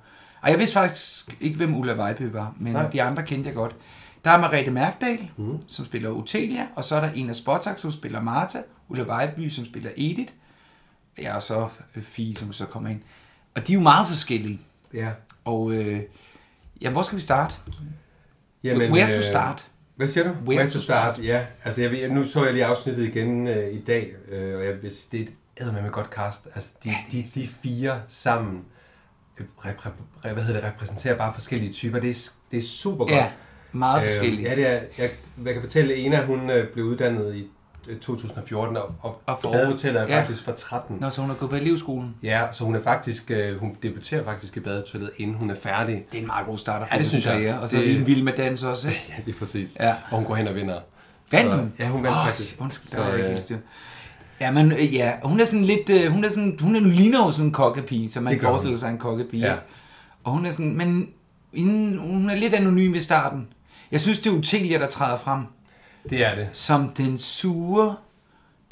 S1: Og jeg vidste faktisk ikke, hvem Ulla Vejbø var, men Nej.
S2: Nej.
S1: de andre kendte jeg godt. Der er Marete Mærkdal, mm. som spiller Otelia, og så er der en af Spotak, som spiller Marta, Ulla Vejby, som spiller Edith, ja, og så øh, Fie, som så kommer ind. Og de er jo meget forskellige.
S2: ja.
S1: Og øh, ja, hvor skal vi starte?
S2: Jamen,
S1: Where to
S2: øh,
S1: start?
S2: Hvad siger du?
S1: Where to start.
S2: Ja, altså jeg, ved- nu så jeg lige afsnittet igen øh, i dag, øh, og jeg, vil sige, det er et med godt cast. Altså de, de, de fire sammen øh, repre, re- hvad hedder det, repræsenterer bare forskellige typer. Det er, det er super godt. Øh,
S1: Ja, meget forskellige.
S2: ja, det er, jeg, jeg kan fortælle, at Ena hun øh, blev uddannet i øh, 2014, og, og,
S1: Og
S2: og
S1: for-
S2: badehotellet er
S1: ja.
S2: faktisk fra 13.
S1: Nå, så hun har gået på elevskolen.
S2: Ja, så hun er faktisk, øh, hun debuterer faktisk i badehotellet, inden hun er færdig.
S1: Det er en meget god starter for
S2: Ja,
S1: hendes
S2: det synes jeg.
S1: karriere. Og så
S2: Det-
S1: lige en vild med dans også. ikke?
S2: Ja, lige præcis.
S1: Ja.
S2: Og hun går hen og vinder.
S1: Vandt
S2: Så-
S1: hun?
S2: Ja, hun vandt
S1: Åh,
S2: faktisk.
S1: Undskyld,
S2: Så,
S1: der er ikke
S2: øh,
S1: helt styr. Ja, men øh, ja, hun er sådan lidt, øh, hun er sådan, hun er, ligner jo sådan en kokkepige, som man
S2: Det gør hun.
S1: forestiller sig en kokkepige.
S2: Ja.
S1: Og hun er sådan, men inden, hun er lidt anonym i starten. Jeg synes, det er Utelia, der træder frem
S2: Det er det.
S1: som den sure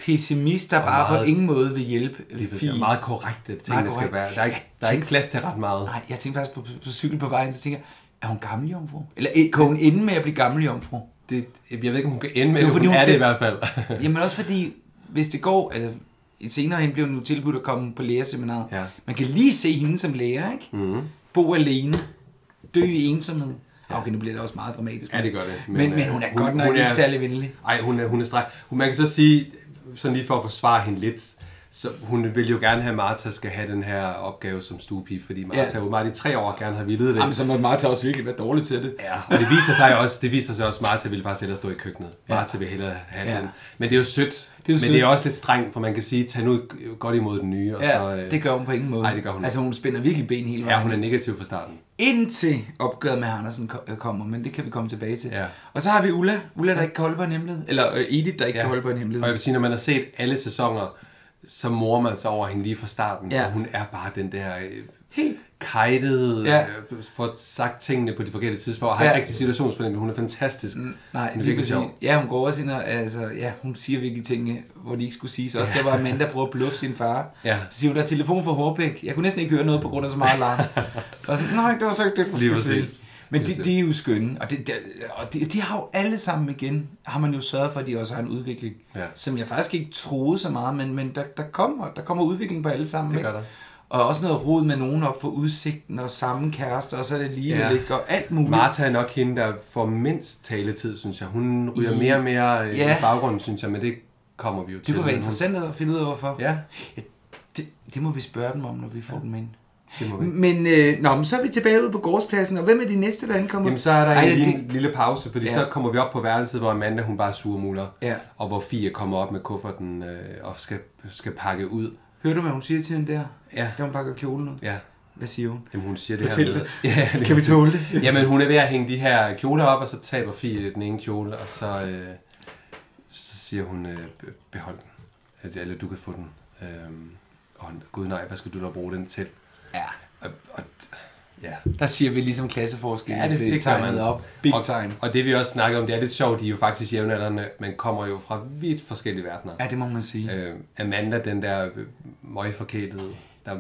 S1: pessimist, der bare på
S2: meget-
S1: ingen måde vil hjælpe
S2: Det er
S1: Fie.
S2: fint. meget korrekt, at
S1: Meget
S2: tingene skal
S1: korrekt.
S2: være. Der er, ikke, der er ikke plads til ret meget.
S1: Nej, jeg tænkte faktisk på, på, på cykel på vejen, så tænker jeg, er hun gammel jomfru? Eller øh, kan hun ende med at blive gammel jomfru?
S2: Det, jeg ved ikke, om hun kan ende med,
S1: Jo,
S2: det, hun,
S1: fordi hun
S2: hun er
S1: skal-
S2: det i hvert fald.
S1: <laughs>
S2: <laughs>
S1: Jamen også fordi, hvis det går, altså senere hen bliver hun jo tilbudt at komme på lægerseminar.
S2: Ja. Mhm.
S1: Man kan lige se hende som lærer, ikke? Mm. Bo alene, dø i ensomhed. Ja. Okay, nu bliver det også meget dramatisk.
S2: Ja, det gør det.
S1: Men,
S2: Men,
S1: men,
S2: øh,
S1: men hun er
S2: hun-
S1: godt nok
S2: hun er-
S1: ikke særlig venlig.
S2: Ej, hun er, hun er streg. Hun, man kan så sige, sådan lige for at forsvare hende lidt, så hun vil jo gerne have, at Martha skal have den her opgave som stuepige, fordi Martha
S1: Ja.
S2: ja. jo meget i tre år gerne har ville det.
S1: så må Martha også virkelig være dårlig til det.
S2: Ja, og det viser sig jo også, det viser sig også, at Martha ville faktisk hellere stå i køkkenet. Martha ville hellere have
S1: Ja.
S2: den. Men det er jo sødt.
S1: er jo
S2: men
S1: sødt.
S2: det er også lidt strengt, for man kan sige, tag nu godt imod den nye. Og
S1: Ja,
S2: så, øh,
S1: det gør hun på ingen måde.
S2: Nej, det gør hun
S1: Altså, hun spænder virkelig ben hele vejen.
S2: Ja, hun er negativ fra starten.
S1: indtil opgøret med Andersen ko- øh, kommer, men det kan vi komme tilbage til.
S2: Ja.
S1: Og så har vi Ulla, Ulla der ikke kan holde på en hemmelighed, eller øh, Edith, der ikke ja. kan holde på en hemmelighed.
S2: Og jeg vil sige, når man har set alle sæsoner, så morer man sig over hende lige fra starten.
S1: Ja.
S2: Ja. Hun er bare den der øh,
S1: Helt.
S2: kajtede,
S1: Ja.
S2: ja. øh, får sagt tingene på de forkerte tidspunkter, og har
S1: Ja.
S2: ja. ikke rigtig situationsfornemmelse. Hun er fantastisk. Mm,
S1: Nej,
S2: hun er
S1: det vil
S2: virkelig
S1: sige,
S2: sjov.
S1: ja, hun går også ind og, altså, ja, hun siger virkelig ting, øh, hvor de ikke skulle siges. Også der var Amanda, der prøver at bluffe sin far.
S2: Ja.
S1: Så siger hun, der er telefon fra Hårbæk. Jeg kunne næsten ikke høre noget på grund af så meget larm. og sådan, nej, det var så ikke det, der
S2: Lige
S1: skulle
S2: præcis.
S1: siges. Men de,
S2: Lige
S1: de er jo skønne, og, det, de, og de, de har jo alle sammen igen, har man jo sørget for, at de også har en udvikling,
S2: Ja.
S1: som jeg faktisk ikke troede så meget, men, men der, der, kommer, der kommer udvikling på alle sammen.
S2: Det gør
S1: ikke?
S2: der.
S1: Og også noget rod med nogen op for udsigten og samme kæreste, og så er det lige ja.
S2: Ja.
S1: og alt muligt.
S2: Martha er nok hende, der får mindst taletid, synes jeg. Hun ryger mere og mere øh,
S1: Ja.
S2: i baggrunden, synes jeg, men det kommer vi jo til.
S1: Det kunne være
S2: Men hun-
S1: interessant at finde ud af, hvorfor.
S2: Ja,
S1: Ja, det, det må vi spørge dem om, når vi får ja. dem ind.
S2: det må vi.
S1: Men, øh, nå, men så er vi tilbage ude på gårdspladsen, og hvem er de næste, der ankommer?
S2: Jamen, så er der
S1: Ej,
S2: Ej, en,
S1: det-
S2: lille, lille pause, fordi
S1: Ja.
S2: ja. så kommer vi op på værelset, hvor Amanda hun bare surmuler,
S1: Ja.
S2: og hvor Fie kommer op med kufferten øh, og skal, skal pakke ud.
S1: Hører du, hvad hun siger til hende der?
S2: Ja.
S1: Da hun pakker kjolen ud.
S2: Ja.
S1: Hvad siger hun?
S2: Jamen, hun siger det
S1: Fortæl
S2: her med...
S1: det.
S2: <laughs> Ja, lige
S1: Kan vi
S2: præcis.
S1: tåle det?
S2: <laughs> Jamen, hun er ved at hænge de her kjoler op, og så taber Fie den ene kjole, og så, øh, så siger hun, øh, be- behold den. Eller- Eller du kan få den. Øhm, og hun, gud nej, hvad skal du da bruge den til?
S1: Ja.
S2: Og, og, ja,
S1: Der siger vi ligesom klasseforskel.
S2: Ja, det, det, det gør
S1: tegnet
S2: man.
S1: op. Big
S2: og,
S1: time.
S2: Og det vi også snakkede om, det er lidt sjovt, de er jo faktisk jævnaldrende, men kommer jo fra vidt forskellige verdener.
S1: Ja, det må man sige. Øh.
S2: Øh, Amanda, den der øh, møgforkælede, der,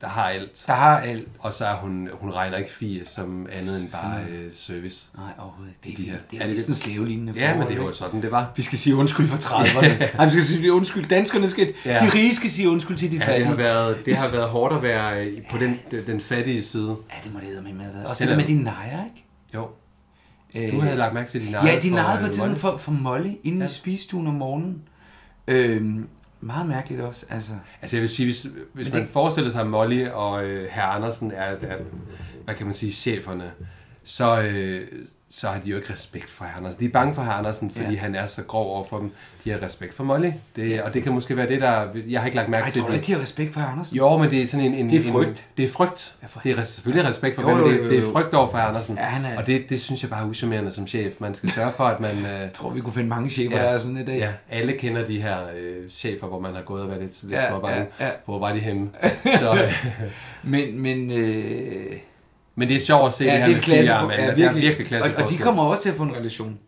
S2: der har alt.
S1: Der har alt.
S2: Og så er hun, hun regner ikke fire som andet end bare øh, service.
S1: Nej, overhovedet. ikke. Det er,
S2: De her-
S1: vildt. det er,
S2: er det-
S1: næsten slavelignende
S2: Ja, men
S1: forhold,
S2: det var
S1: ikke?
S2: jo sådan, det var.
S1: Vi skal sige undskyld for 30'erne. Nej, vi skal sige undskyld. Danskerne skal...
S2: Ja.
S1: De rige skal sige undskyld til de
S2: Ja, det
S1: fattige.
S2: har været, det har været hårdt at være øh, på den, den- den fattige side.
S1: Ja, det må det hedder med med. Og det der
S2: Selvom-
S1: med de nejer, ikke?
S2: Jo,
S1: Øh,
S2: du havde lagt mærke til din øh,
S1: Ja, de nejede på et tidspunkt for, for Molly inde ja. i spisestuen om morgenen. Øhm, meget mærkeligt også. Altså,
S2: Altså jeg vil sige, hvis, hvis
S1: Men
S2: man
S1: det-
S2: forestiller sig, at Molly og øh, herr Andersen er, er, hvad kan man sige, cheferne, så, øh, så har de jo ikke respekt for herr Andersen. De er bange for herr Andersen, fordi
S1: Ja.
S2: ja. han er så grov over for dem. De har respekt for Molly, det, og det kan måske være det, der... Jeg har ikke lagt mærke
S1: Ej,
S2: til
S1: tror du
S2: det.
S1: ikke, de har respekt for hr. Andersen?
S2: Jo, men det er sådan en... en
S1: Det er
S2: en-
S1: frygt.
S2: det er frygt.
S1: Ja, for-
S2: Det er res- selvfølgelig respekt for
S1: Jo,
S2: jo,
S1: jo,
S2: jo,
S1: jo,
S2: Det, det
S1: jo.
S2: er frygt over for herr Andersen.
S1: Ja, han er-
S2: Og det, det synes jeg bare er uschammerende som chef. Man skal sørge for, at man... Øh,
S1: Jeg tror, vi kunne finde mange chefer,
S2: Ja.
S1: der er sådan i dag.
S2: <laughs> ja, alle kender de her øh, chefer, hvor man har gået og været lidt, lidt
S1: Ja,
S2: ja, småbarn.
S1: ja, ja.
S2: Hvor var de <laughs> henne? Så, øh,
S1: Men, men øh,
S2: men det er sjovt at se det
S1: ja,
S2: her
S1: det er
S2: med
S1: et klasse,
S2: firearmen.
S1: ja,
S2: Det er virkelig klasse
S1: og, og de kommer også til at få en relation.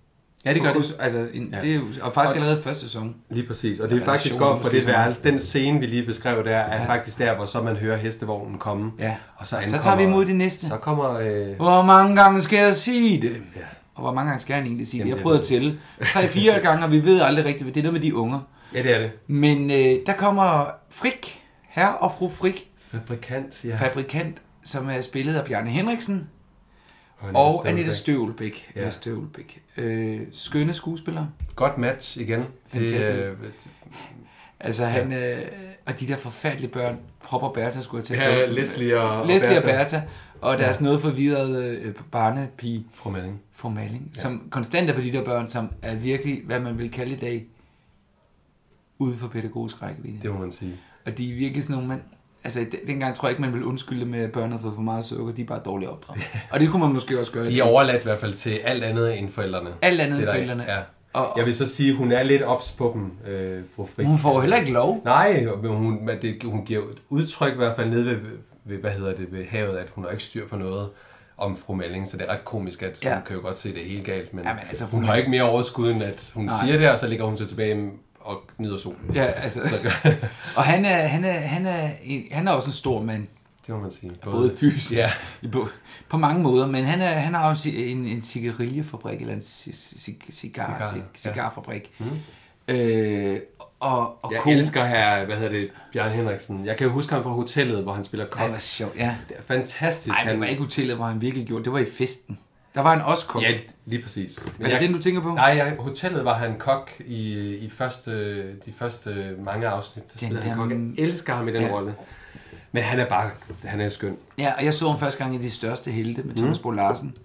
S2: Ja, det gør
S1: Og
S2: det.
S1: kryds- Altså, en, ja.
S2: Ja.
S1: det er jo, og faktisk allerede første sæson.
S2: Lige præcis, og det er
S1: Relationen
S2: faktisk godt for
S1: måske
S2: det
S1: sådan.
S2: værelse. Den scene, vi lige beskrev der, er ja. faktisk der, hvor så man hører hestevognen komme.
S1: Ja.
S2: Og så,
S1: Og så
S2: ankommer,
S1: tager vi imod det næste.
S2: Så kommer... Øh,
S1: Hvor mange gange skal jeg sige det?
S2: Ja.
S1: Og hvor mange gange skal han egentlig sige det?
S2: Jamen,
S1: Jeg
S2: det
S1: prøvede
S2: er
S1: at tælle. <laughs> 3-4 gange, og vi ved aldrig rigtigt, hvad det er noget med de unger.
S2: ja, det er det.
S1: Men øh, der kommer Frik, herre og fru Frik,
S2: Fabrikant, ja.
S1: ja. fabrikant, som er spillet af Bjarne Henriksen
S2: Anette
S1: og
S2: Støvlbæk.
S1: Annette Støvlbæk.
S2: Ja.
S1: Ja. Støvlbæk. Øh, skønne skuespillere.
S2: Godt match igen.
S1: Fantastisk.
S2: Det,
S1: Altså han, øh, og de der forfærdelige børn, Prop og Bertha skulle jeg til
S2: øh,
S1: at
S2: ja,
S1: kalde dem.
S2: Leslie og,
S1: Leslie og
S2: og
S1: Bertha, og deres noget forvirrede øh, barnepige
S2: Fru Melding.
S1: fra Malling, ja. som konstant er på de der børn, som er virkelig, hvad man vil kalde i dag, ude for pædagogisk rækkevidde.
S2: Det må man sige.
S1: Og de er virkelig sådan nogle, man... Altså, den- dengang tror jeg ikke, man ville undskylde det med, at børn havde fået for meget sukker. De er bare dårligt opdraget. og det kunne man måske også gøre.
S2: De er overladt i hvert fald til alt andet end forældrene.
S1: Alt andet
S2: Det
S1: end
S2: er der-
S1: forældrene.
S2: Ja.
S1: Og, og
S2: Jeg vil så sige, at hun er lidt ops på dem, øh, fru Frik.
S1: hun får jo heller ikke lov.
S2: Nej, men hun, men det, hun giver jo et udtryk i hvert fald nede ved, ved, hvad hedder det, ved havet, at hun har ikke styr på noget om fru Melling, så det er ret komisk, at
S1: Ja.
S2: ja. hun kan jo godt se at det er helt galt, men,
S1: Ja, men altså,
S2: hun
S1: hun-
S2: har ikke mere overskud, end at hun
S1: Nej.
S2: Nej. siger det, og så ligger hun så tilbage og nyder solen.
S1: Ja, altså. <laughs> og han er, han, er, han, er, en- han er også en stor mand.
S2: Det må man sige.
S1: Både fysisk
S2: Ja,
S1: i på, på mange måder, men han, er, han har også en, en cigarillefabrik, eller en ci- ci- cigar,
S2: Cigar,
S1: cigar,
S2: ja.
S1: cigarfabrik. Mm. Øh, og, og
S2: jeg
S1: kone-
S2: elsker her, hvad hedder det, Bjørn Henriksen. Jeg kan jo huske ham fra hotellet, hvor han spiller
S1: Ej,
S2: kok.
S1: hvor sjovt, ja.
S2: Det er fantastisk.
S1: Nej, det
S2: han-
S1: var ikke hotellet, hvor han virkelig gjorde det. Det var i festen. Der var han også kok.
S2: Ja, lige præcis. Men
S1: er det den, du tænker på?
S2: Nej, jeg, hotellet var han kok i, i første, de første mange afsnit. Der spillede han
S1: der-
S2: kok. Jeg elsker ham i den
S1: Ja.
S2: ja. rolle. Men han er bare, han er skøn.
S1: Ja, og jeg så ham første gang i De Største Helte
S2: Mm.
S1: med Thomas Bo Larsen.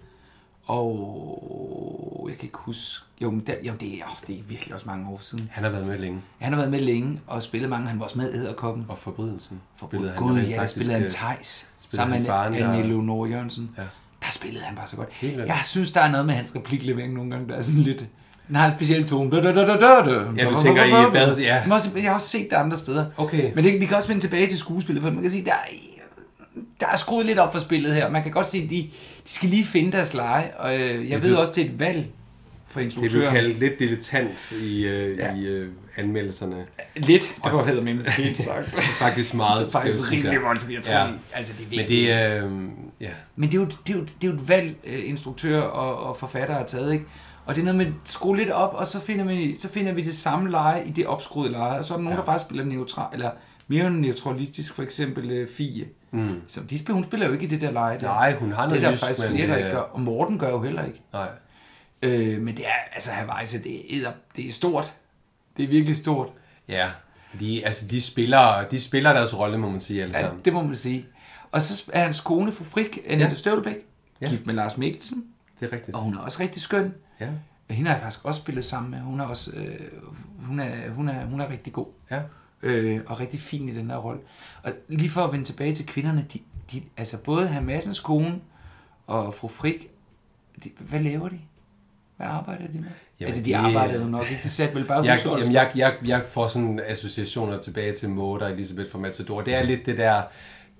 S1: Og jeg kan ikke huske... Jo, men der, jamen det, er, åh, det er virkelig også mange år siden.
S2: Han har været med længe.
S1: Han har været med længe og spillet mange. Han var også med i Æderkoppen.
S2: Og forbrydelsen.
S1: For
S2: spillede
S1: Gud,
S2: rent
S1: ja, der
S2: faktisk,
S1: spillede han
S2: øh,
S1: Tejs.
S2: spillede
S1: Sammen
S2: han
S1: med
S2: faren, der-
S1: Anne Leonore Jørgensen.
S2: Ja.
S1: Der spillede han bare så godt.
S2: Helt vildt.
S1: Jeg synes, der er noget med hans repliklevering nogle gange, der er sådan lidt... Den har en speciel tone. Ja, du
S2: du tænker i bad, ja.
S1: Jeg har også set det andre steder.
S2: Okay.
S1: Men det, vi kan også vende tilbage til skuespillet, for man kan sige, der er, der er skruet lidt op for spillet her. Man kan godt se, at de, de skal lige finde deres leje. Og øh, jeg ved
S2: blev-
S1: også, det er et valg for
S2: Det blev
S1: instruktøren.
S2: kaldt lidt dilettant i, øh,
S1: Ja.
S2: ja. i øh, anmeldelserne.
S1: Lidt. Det var hedder min helt sagt.
S2: <laughs> Faktisk meget
S1: Faktisk
S2: skævt, synes jeg.
S1: rimelig voldsomt, jeg tror.
S2: Ja.
S1: Ja. Altså, det er
S2: Men
S1: virkelig-
S2: det er, øh, ja.
S1: Men det er jo, det er jo, det er jo et valg, øh, instruktør og, og forfatter har taget, ikke? Og det er noget med at skrue lidt op, og så finder, vi, så finder vi det samme leje i det opskruede leje. Og så er der nogen, ja.
S2: Ja.
S1: der faktisk spiller neutral, eller mere neutralistisk, for eksempel øh, Fie. Mm. Så de spiller, hun spiller jo ikke i det der leje der.
S2: Nej, hun
S1: det er
S2: har noget
S1: der
S2: lyst,
S1: faktisk
S2: men,
S1: flere, der
S2: øh,
S1: ikke gør. Og Morten gør jo heller ikke.
S2: Nej.
S1: Øh, men det er, altså Hawaii, så det er, edder, det er stort. Det er virkelig stort.
S2: Ja. De, altså, de spiller, de spiller deres rolle, må man sige, alle
S1: Ja,
S2: sammen.
S1: det må man sige. Og så er hans kone, fru Frik, Annette ja. Støvlebæk,
S2: Ja.
S1: gift med Lars Mikkelsen.
S2: Det er rigtigt.
S1: Og hun er også rigtig skøn.
S2: Ja.
S1: Og Hende har jeg faktisk også spillet sammen med. Hun er også, øh, hun er, hun er, hun er rigtig god.
S2: Ja.
S1: Øh, og rigtig fin i den her rolle. Og lige for at vende tilbage til kvinderne, de, de, altså både Hamassens kone og fru Frik, de, hvad laver de? Hvad arbejder de med? Jamen,
S2: Jamen,
S1: altså, de
S2: det-
S1: arbejder jo nok ikke. De satte vel bare
S2: Jeg,
S1: husholdelsen.
S2: jamen, jeg, jeg, jeg får sådan associationer tilbage til Måde og Elisabeth fra Matador. Det er lidt det der,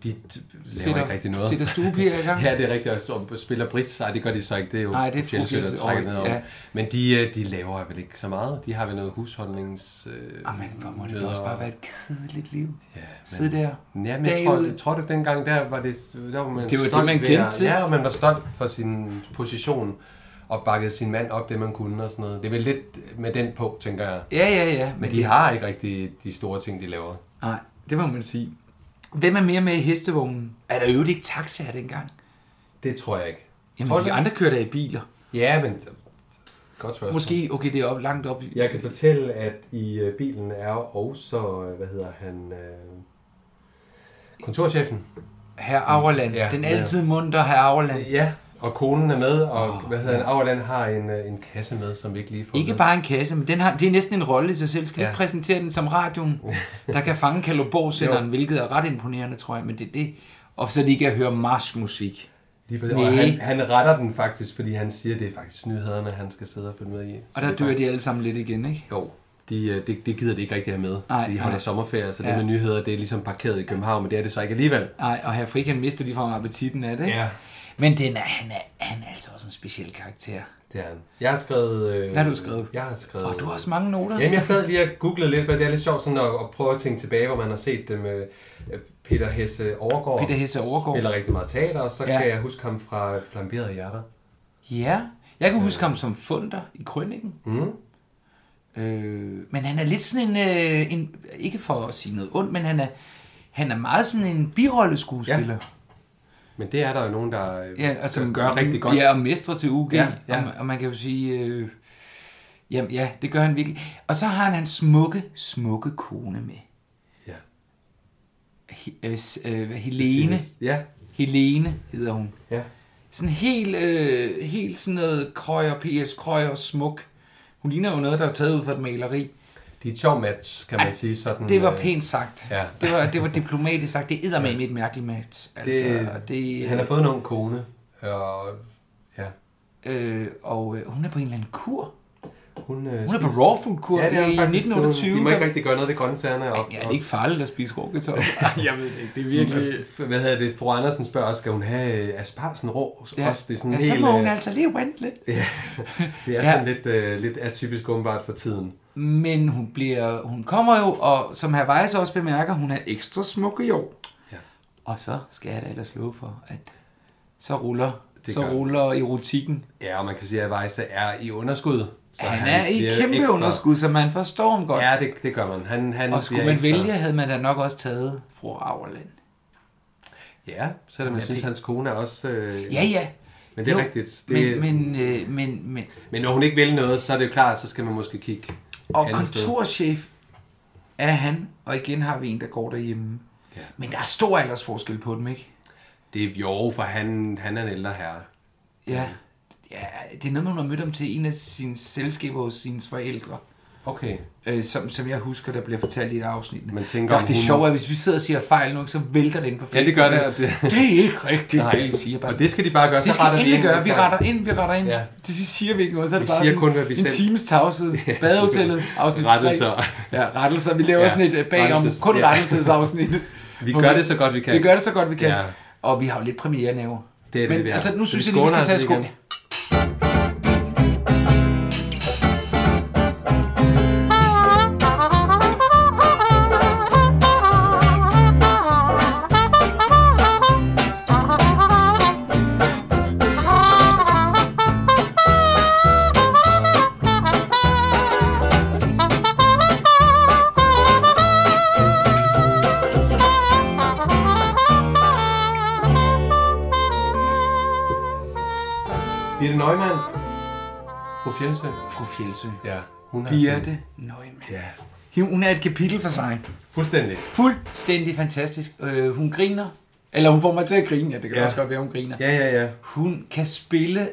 S2: de t- laver
S1: sætter,
S2: ikke rigtig noget.
S1: Sætter stuepiger i gang.
S2: <laughs> Ja, det er rigtigt. Og så spiller Brits, nej, det gør de så ikke. Det er jo
S1: Nej, det er fru
S2: Fjeldsø, der
S1: Fjeldsø,
S2: trækker
S1: ja.
S2: ned over. Men de, øh, de laver vel ikke så meget. De har vel noget husholdnings... Øh,
S1: Jamen, hvor må det
S2: møder.
S1: også bare være et kedeligt liv.
S2: Ja,
S1: Sidde der.
S2: Ja, men
S1: dag
S2: jeg tror,
S1: ud.
S2: tror du ikke dengang, der var det, der var man
S1: Det var det,
S2: stolt
S1: man
S2: ved
S1: kendte
S2: at-
S1: til.
S2: Ja, og man var stolt for sin position og bakkede sin mand op, det man kunne og sådan noget. Det er vel lidt med den på, tænker jeg.
S1: Ja, ja, ja.
S2: Men de har ikke rigtig de store ting, de laver.
S1: Nej, det må man sige. Hvem er mere med i hestevognen? Er der jo ikke taxaer dengang?
S2: Det tror jeg ikke.
S1: Jamen,
S2: Tror
S1: tror,
S2: du
S1: de
S2: det?
S1: andre kører der i biler.
S2: Ja, men... Godt spørgsmål.
S1: Måske, okay, det er op, langt op. i-
S2: Jeg kan fortælle, at i øh, bilen er også, øh, hvad hedder han, øh, kontorchefen.
S1: Herre Auerland.
S2: Ja,
S1: den
S2: ja.
S1: altid munter herre Auerland.
S2: Ja, Og konen er med, og oh, hvad hedder han? Auerland har en, øh, en kasse med, som vi ikke lige får
S1: Ikke
S2: med.
S1: bare en kasse, men den har, det er næsten en rolle i sig selv. Skal ja.
S2: Ja.
S1: vi præsentere den som
S2: <laughs>
S1: radioen, der kan fange Kalundborg-senderen, hvilket er ret imponerende, tror jeg. Men det er det. Og så de kan høre marsmusik.
S2: Lige præcis.
S1: Næh.
S2: Og han, han retter den faktisk, fordi han siger, at det er faktisk nyhederne, han skal sidde og følge med i. Så
S1: Og der
S2: det er
S1: dør
S2: faktisk...
S1: de alle sammen lidt igen, ikke?
S2: Jo, de, øh, det, det gider de ikke rigtig have med.
S1: Nej,
S2: de
S1: nej.
S2: holder sommerferie, så ja.
S1: Ja.
S2: det med nyheder, det er ligesom parkeret i København, men det er det så ikke alligevel.
S1: Nej, og herr Frikan mister lige fra appetitten af det, ikke?
S2: Ja.
S1: Men den er, han, er, han er altså også en speciel karakter.
S2: Det er han. Jeg har skrevet... Øh,
S1: Hvad har du skrevet?
S2: Jeg har skrevet...
S1: Og du har også mange noter.
S2: Jamen, jeg sad lige og googlede lidt, for det er lidt sjovt sådan at, at prøve at tænke tilbage, hvor man har set dem. øh, Peter Hesse Overgaard.
S1: Peter Hesse Overgaard.
S2: Spiller rigtig meget teater, og så
S1: Ja.
S2: ja. kan jeg huske ham fra Flamberede Hjerter.
S1: Ja, jeg kan huske ham som funder i Krønningen.
S2: Øh. Mm.
S1: Øh, men han er lidt sådan en, øh, en, ikke for at sige noget ondt, men han er, han er meget sådan en birolleskuespiller.
S2: Men det er der jo nogen, der, øh,
S1: Ja, altså,
S2: der gør rigtig godt.
S1: Ja, og mestre til UG. Ja,
S2: Ja,
S1: ja.
S2: ja.
S1: Og, man- og man kan jo sige, øh, jamen ja, det gør han virkelig. Og så har han hans smukke, smukke kone med.
S2: ja.
S1: He, øh, s- øh, hvad- Helene.
S2: Ja,
S1: Helene hedder hun.
S2: ja.
S1: Sådan helt, øh, helt sådan noget krøjer, PS krøjer, smuk. Hun ligner jo noget, der er taget ud fra et maleri.
S2: De er et sjov match, kan man
S1: Ej,
S2: sige. Sådan,
S1: Det var
S2: øh,
S1: pænt sagt.
S2: Mm, ja.
S1: Det, var, det var diplomatisk sagt. Det æder med et mærkeligt match. Altså,
S2: Det-
S1: og det,
S2: Han har fået en ung kone, og ja,
S1: øh, og øh, hun er på en eller anden kur.
S2: hun... øh,
S1: Hun er på
S2: spiser-
S1: raw food kur øh,
S2: Ja, det er
S1: i
S2: hun faktisk.
S1: 1928.
S2: De må ikke rigtig gøre noget ved grøntsagerne. Og,
S1: Ja, er det ikke farligt at spise
S2: <laughs>
S1: råkartofler?
S2: jeg ved det ikke. Det er virkelig... Hvad hedder det? Fru Andersen spørger også, skal hun have øh, asparsen rå? Ja. Også, det er sådan
S1: ja,
S2: ja,
S1: så
S2: helt,
S1: må hun
S2: <laughs> øh,
S1: altså lige vente lidt. <laughs>
S2: det er
S1: Ja.
S2: sådan lidt, øh, lidt atypisk åbenbart for tiden.
S1: Men hun, bliver, hun kommer jo, og som herr Weiss også bemærker, hun er ekstra smuk i år.
S2: Ja.
S1: Og så skal jeg da ellers love for, at så ruller,
S2: Det
S1: så
S2: gør-
S1: ruller erotikken.
S2: Ja, og man kan sige, at Weisse er i underskud. Så
S1: han er i
S2: bliver
S1: kæmpe
S2: ekstra-
S1: underskud, så man forstår ham godt.
S2: Ja, det, det gør man. Han, han
S1: og skulle
S2: bliver
S1: man
S2: ekstra-
S1: vælge, havde man da nok også taget fru Auerland.
S2: Ja, selvom jeg
S1: Ja,
S2: synes,
S1: det-
S2: hans kone er også... Øh,
S1: Ja, ja.
S2: Men det er rigtigt.
S1: Det...
S2: Det-
S1: Men, men, øh, men, men,
S2: Men når hun ikke vil noget, så er det jo klart, så skal man måske kigge
S1: Og
S2: andet sted.
S1: kontorchef er han, og igen har vi en, der går derhjemme. Ja.
S2: Ja.
S1: Men der er stor aldersforskel på dem, ikke?
S2: Det er jo, for han, han er en ældre herre.
S1: Ja. ja. Det er noget, man har mødt ham til en af sine selskaber hos sine forældre.
S2: Okay.
S1: Øh, som, som jeg husker, der bliver fortalt i et afsnit.
S2: Man tænker,
S1: Nå,
S2: om
S1: det er
S2: hun-
S1: sjovt, at hvis vi sidder og siger fejl nu, så vælter det ind på
S2: Ja, det
S1: Facebook.
S2: gør det, og det-
S1: det er ikke rigtigt, det I siger. Bare.
S2: Og det skal de bare gøre,
S1: det
S2: så
S1: skal
S2: retter
S1: vi
S2: vi
S1: endelig
S2: ind.
S1: gøre. Vi
S2: næste gang.
S1: retter ind, vi retter ind. Ja.
S2: Ja.
S1: Til sidst siger vi ikke noget, så er det
S2: Vi
S1: bare
S2: siger
S1: sådan
S2: kun, hvad vi
S1: en
S2: selv-
S1: times
S2: <laughs>
S1: tavshed. Badehotellet, afsnit 3.
S2: Rettelser.
S1: Ja, rettelser. Vi laver ja.
S2: Ja.
S1: sådan et bagom,
S2: Rettelses-
S1: kun
S2: ja.
S1: rettelsesafsnit.
S2: <laughs> Vi gør det så godt, vi kan.
S1: Vi gør det så godt, vi kan.
S2: Ja.
S1: Og vi har jo lidt premierenaver.
S2: Det er det,
S1: Men
S2: vi er.
S1: altså, nu
S2: Så
S1: synes
S2: vi
S1: jeg lige, vi
S2: skåler
S1: skal tage
S2: os
S1: skål.
S2: lige igen. Birte Neumann. Fru Fjeldsø.
S1: Fru Fjeldsø.
S2: Ja. Hun har
S1: Birte Nøgman.
S2: sin- Ja.
S1: Hun er et kapitel for sig.
S2: Fuldstændig.
S1: Fuldstændig fantastisk. Øh, hun griner. Eller hun får mig til at grine. Ja, det kan
S2: Ja.
S1: også godt være, hun griner.
S2: Ja, ja, ja.
S1: Hun kan spille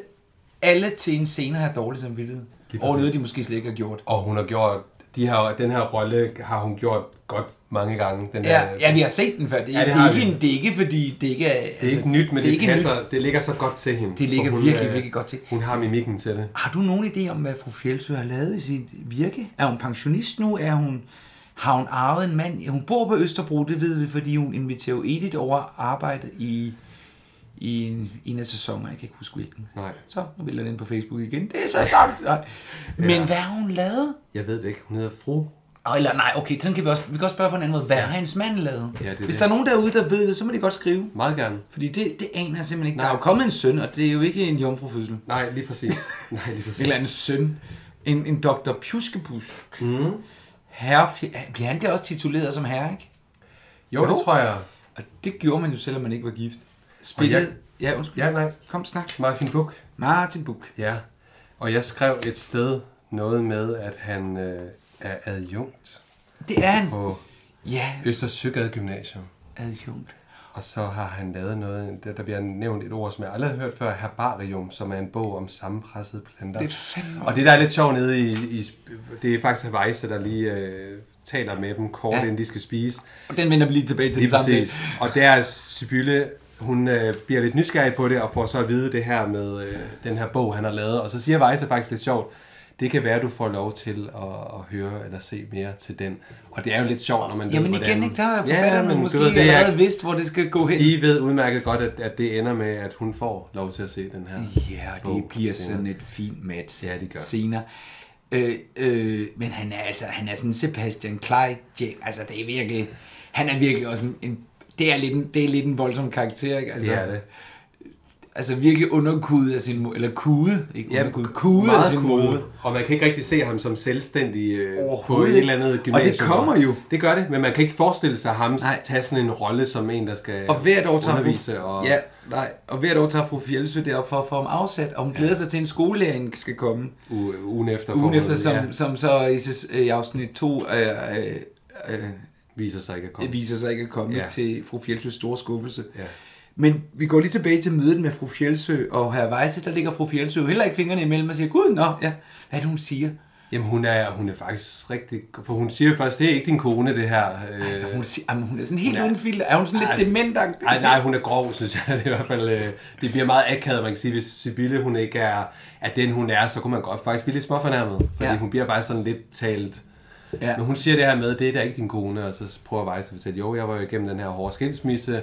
S1: alle til en scene og have dårlig samvittighed.
S2: Lige
S1: Over
S2: præcis.
S1: noget, de måske slet ikke har gjort.
S2: Og hun har gjort... De her, den her rolle har hun gjort godt mange gange. Den
S1: Ja,
S2: er,
S1: ja, vi har set den før. Det, ja,
S2: Ja,
S1: det,
S2: det
S1: det, er
S2: har
S1: ikke
S2: vi.
S1: en, det er ikke, fordi det ikke er... altså,
S2: Det er ikke nyt, men det,
S1: er
S2: det,
S1: ikke
S2: passer,
S1: nyt.
S2: det ligger så godt til hende.
S1: Det ligger
S2: For hun,
S1: virkelig,
S2: øh,
S1: virkelig godt til.
S2: Hun har mimikken til det.
S1: Har du nogen idé om, hvad fru Fjeldsø har lavet i sit virke? Er hun pensionist nu? Er hun, har hun arvet en mand? Ja, Hun bor på Østerbro, det ved vi, fordi hun inviterer jo Edith over at arbejde i, i en, en af sæsonerne. Jeg kan ikke huske hvilken.
S2: Nej.
S1: Så, nu vil jeg den på Facebook igen. Det er så sjovt. Nej. Men ja. hvad har hun lavet?
S2: Jeg ved det ikke. Hun hedder Fru.
S1: Åh, Eller nej, okay, sådan kan vi også, vi kan også spørge på en anden måde. Hvad har hendes mand lavet?
S2: Ja, det er
S1: Hvis
S2: det.
S1: der er nogen derude, der ved det, så må de godt skrive.
S2: Meget gerne.
S1: Fordi det, det aner jeg simpelthen ikke. Nej.
S2: Nej.
S1: Der er jo kommet en søn, og det er jo ikke en jomfrufødsel. En
S2: Nej,
S1: <laughs>
S2: lige præcis. Nej, lige præcis.
S1: eller anden søn. En, en Dr. Pjuskebus. Mm. Herre, Fje- bliver han der også tituleret som herre, ikke?
S2: Jo, det tror jeg.
S1: Og det gjorde man jo, selvom man ikke var gift. Spillet... Ja, undskyld.
S2: Ja, nej.
S1: Kom, snak.
S2: Martin Buch.
S1: Martin Buk.
S2: Ja. Og jeg skrev et sted noget med, at han øh, er adjunkt
S1: Det er han.
S2: på
S1: Ja,
S2: Østersøgade Gymnasium.
S1: adjunkt.
S2: Og så har han lavet noget, der, der bliver nævnt et ord, som jeg aldrig har hørt før, herbarium, som er en bog om sammenpressede planter.
S1: Det er fandme
S2: og det, der er lidt sjovt nede i, i det er faktisk Havajse, der lige øh, taler med dem kort,
S1: Ja.
S2: ja. inden de skal spise.
S1: Og den vender vi lige tilbage til
S2: Lige
S1: den samme
S2: præcis. Og der er Sibylle, hun øh, bliver lidt nysgerrig på det, og får så at vide det her med øh, den her bog, han har lavet. Og så siger Weisse faktisk lidt sjovt, det kan være, at du får lov til at, at høre eller se mere til den. Og det er jo lidt sjovt, når man
S1: Jamen
S2: ved,
S1: igen,
S2: hvordan...
S1: ikke? Der er forfatterne
S2: du
S1: måske
S2: ved, det er-
S1: allerede vidst, hvor det skal gå hen.
S2: de ved udmærket godt, at, at det ender med, at hun får lov til at se den her
S1: Ja, og
S2: bog
S1: det bliver
S2: senere.
S1: sådan et fint match
S2: Ja, det gør.
S1: senere. Øh, øh, men han er altså, han er sådan Sebastian Klein, ja, altså det er virkelig, han er virkelig også en, en det er lidt en, det er lidt en voldsom karakter, ikke? Altså,
S2: Det er det.
S1: altså virkelig underkudet af sin mo- eller kude, ikke ja, underkudet, kude af
S2: meget
S1: sin
S2: kude.
S1: mode.
S2: Og man kan ikke rigtig se ham som selvstændig øh, på
S1: Overhovedet
S2: et
S1: ikke.
S2: eller andet
S1: Og det
S2: gymnasium.
S1: kommer jo.
S2: Det gør det, men man kan ikke forestille sig ham
S1: Nej.
S2: Nej. tage sådan en rolle som en, der skal
S1: Og hvert år tager
S2: undervise. Og,
S1: ja, nej, og hvert år tager fru Fjeldsø derop for at få ham afsat, og hun glæder sig til, at en skolelærer skal komme.
S2: u- ugen efter, får
S1: Ugen
S2: hun-
S1: efter, som,
S2: ja,
S1: som så i, sæs- i afsnit 2 øh, øh, øh,
S2: viser sig ikke at komme.
S1: Det viser sig ikke at komme ja.
S2: Ja.
S1: til fru Fjeldsøs store skuffelse.
S2: Ja.
S1: Men vi går lige tilbage til mødet med fru Fjeldsø og herr Weisse. Der ligger fru Fjeldsø jo heller ikke fingrene imellem og siger, Gud, nå, ja, hvad er det, hun siger?
S2: Jamen hun er, hun er faktisk rigtig... For hun siger først, det er ikke din kone, det her. Øh,
S1: Øh, hun, siger, jamen, hun er sådan helt
S2: hun er-
S1: uden filter. Er hun sådan lidt
S2: Ej,
S1: dementagtig?
S2: Ej, nej, hun er grov, synes jeg. <laughs> Det, er i hvert fald, øh, det bliver meget akavet, man kan sige. Hvis Sibylle hun ikke er, er den, hun er, så kunne man godt faktisk blive lidt småfornærmet. Fordi
S1: Ja.
S2: ja. hun bliver faktisk sådan lidt talt.
S1: Ja.
S2: Ja. Men hun siger det her med, det er da ikke din kone. Og så prøver Weiss at fortælle, jo, jeg var jo igennem den her hårde skilsmisse.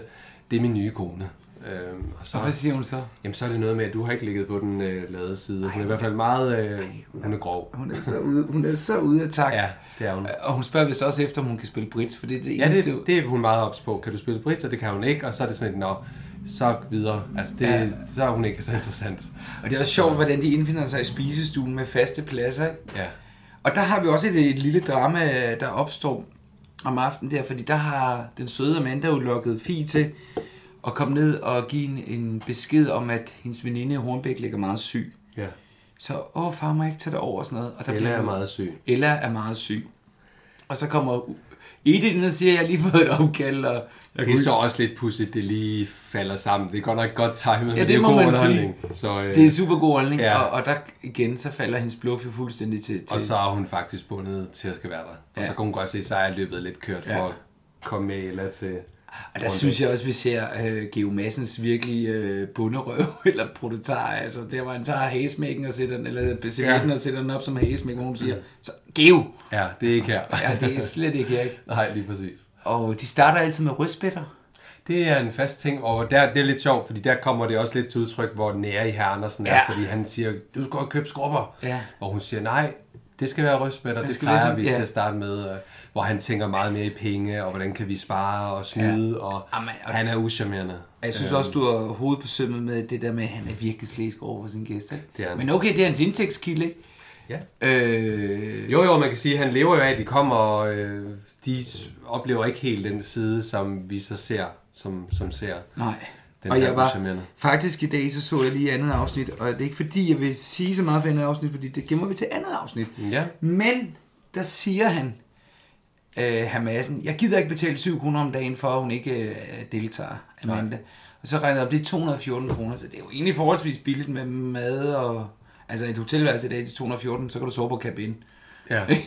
S2: Det er min nye kone. Øhm, og så,
S1: Og hvad siger hun så?
S2: jamen, så er det noget med, at du har ikke ligget på den øh, lade side. Hun er i hvert fald meget... Øh, hun er grov.
S1: Hun er så ude, hun er så ude af tak.
S2: Ja, det er hun.
S1: Og hun spørger vist også efter, om hun kan spille brits, for det er det
S2: Ja,
S1: eneste...
S2: det, det er hun meget ops på. Kan du spille bridge, og det kan hun ikke, og så er det sådan et, nå, så videre. Altså, det,
S1: Ja.
S2: ja. så er hun ikke så interessant.
S1: Og det er også sjovt, hvordan de indfinder sig i spisestuen med faste pladser. ikke?
S2: Ja.
S1: Og der har vi også et, et lille drama, øh, der opstår om aftenen der, fordi der har den søde Amanda jo lukket Fie til at komme ned og give en, en besked om, at hendes veninde Hornbæk ligger meget syg.
S2: ja.
S1: Så, åh, far må jeg ikke tage dig over og sådan noget. Og der
S2: Ella
S1: bliver-
S2: er meget syg.
S1: Ella er meget syg. Og så kommer U- Edith ind og siger, at jeg har lige fået et opkald. Og
S2: Det er så også lidt pudsigt, det lige falder sammen. Det er godt nok godt timet, men
S1: det
S2: er
S1: må
S2: god
S1: man
S2: underholdning. Så, øh,
S1: det er super god holdning, ja.
S2: Ja.
S1: og, og der igen, så falder hendes bluff jo fuldstændig til. til.
S2: og så er hun faktisk bundet til at skal være der. Og
S1: Ja.
S2: så kan hun godt se, så er løbet lidt kørt for
S1: Ja.
S2: at komme med Ella til...
S1: Og der synes jeg også, at vi ser øh, Geo Massens virkelig øh, bunderøv, <laughs> eller prototar, altså der, hvor han tager hæsmækken og sætter den, eller besætten ja. og sætter den op som hæsmæk, hvor hun siger, så Geo!
S2: Ja, det er ikke her.
S1: Ja, det er slet ikke jeg.
S2: <laughs> Nej, lige præcis.
S1: Og de starter altid med rødspætter.
S2: Det er en fast ting, og der, det er lidt sjovt, fordi der kommer det også lidt til udtryk, hvor nære i herre Andersen er,
S1: Ja.
S2: ja. fordi han siger, du skal godt købe skrubber,
S1: Ja.
S2: og hun siger, nej, det skal være rystbætter, det, det
S1: skal
S2: plejer
S1: være sådan-
S2: vi
S1: ja.
S2: til at starte med, og- hvor han tænker meget mere i penge, og hvordan kan vi spare og snyde, ja. og
S1: Jamen, og-
S2: han er uschammerende.
S1: Og Jeg synes
S2: Øh.
S1: også, du har hovedet på sømmet med det der med, at han er virkelig slæsk over for sine gæster. ikke?
S2: Det er han.
S1: Men okay, det er hans indtægtskilde, ikke?
S2: Ja.
S1: Øh,
S2: Jo, jo, man kan sige, at han lever jo af, at de kommer, og øh, de s- oplever ikke helt den side, som vi så ser, som, som ser.
S1: Nej. Den
S2: Den
S1: og
S2: er
S1: jeg var,
S2: uschammerende.
S1: faktisk i dag, så så jeg lige andet afsnit, og det er ikke fordi, jeg vil sige så meget for andet afsnit, fordi det gemmer vi til andet afsnit.
S2: Ja.
S1: Men der siger han, øh, Hamassen, jeg gider ikke betale 7 kroner om dagen, for at hun ikke øh, deltager, Amanda. Nej. Og så regner jeg op, det er 214 kroner, så det er jo egentlig forholdsvis billigt med mad og... Altså et hotelværelse i dag til 214, så kan du sove på <laughs> kabin.
S2: ja.
S1: det,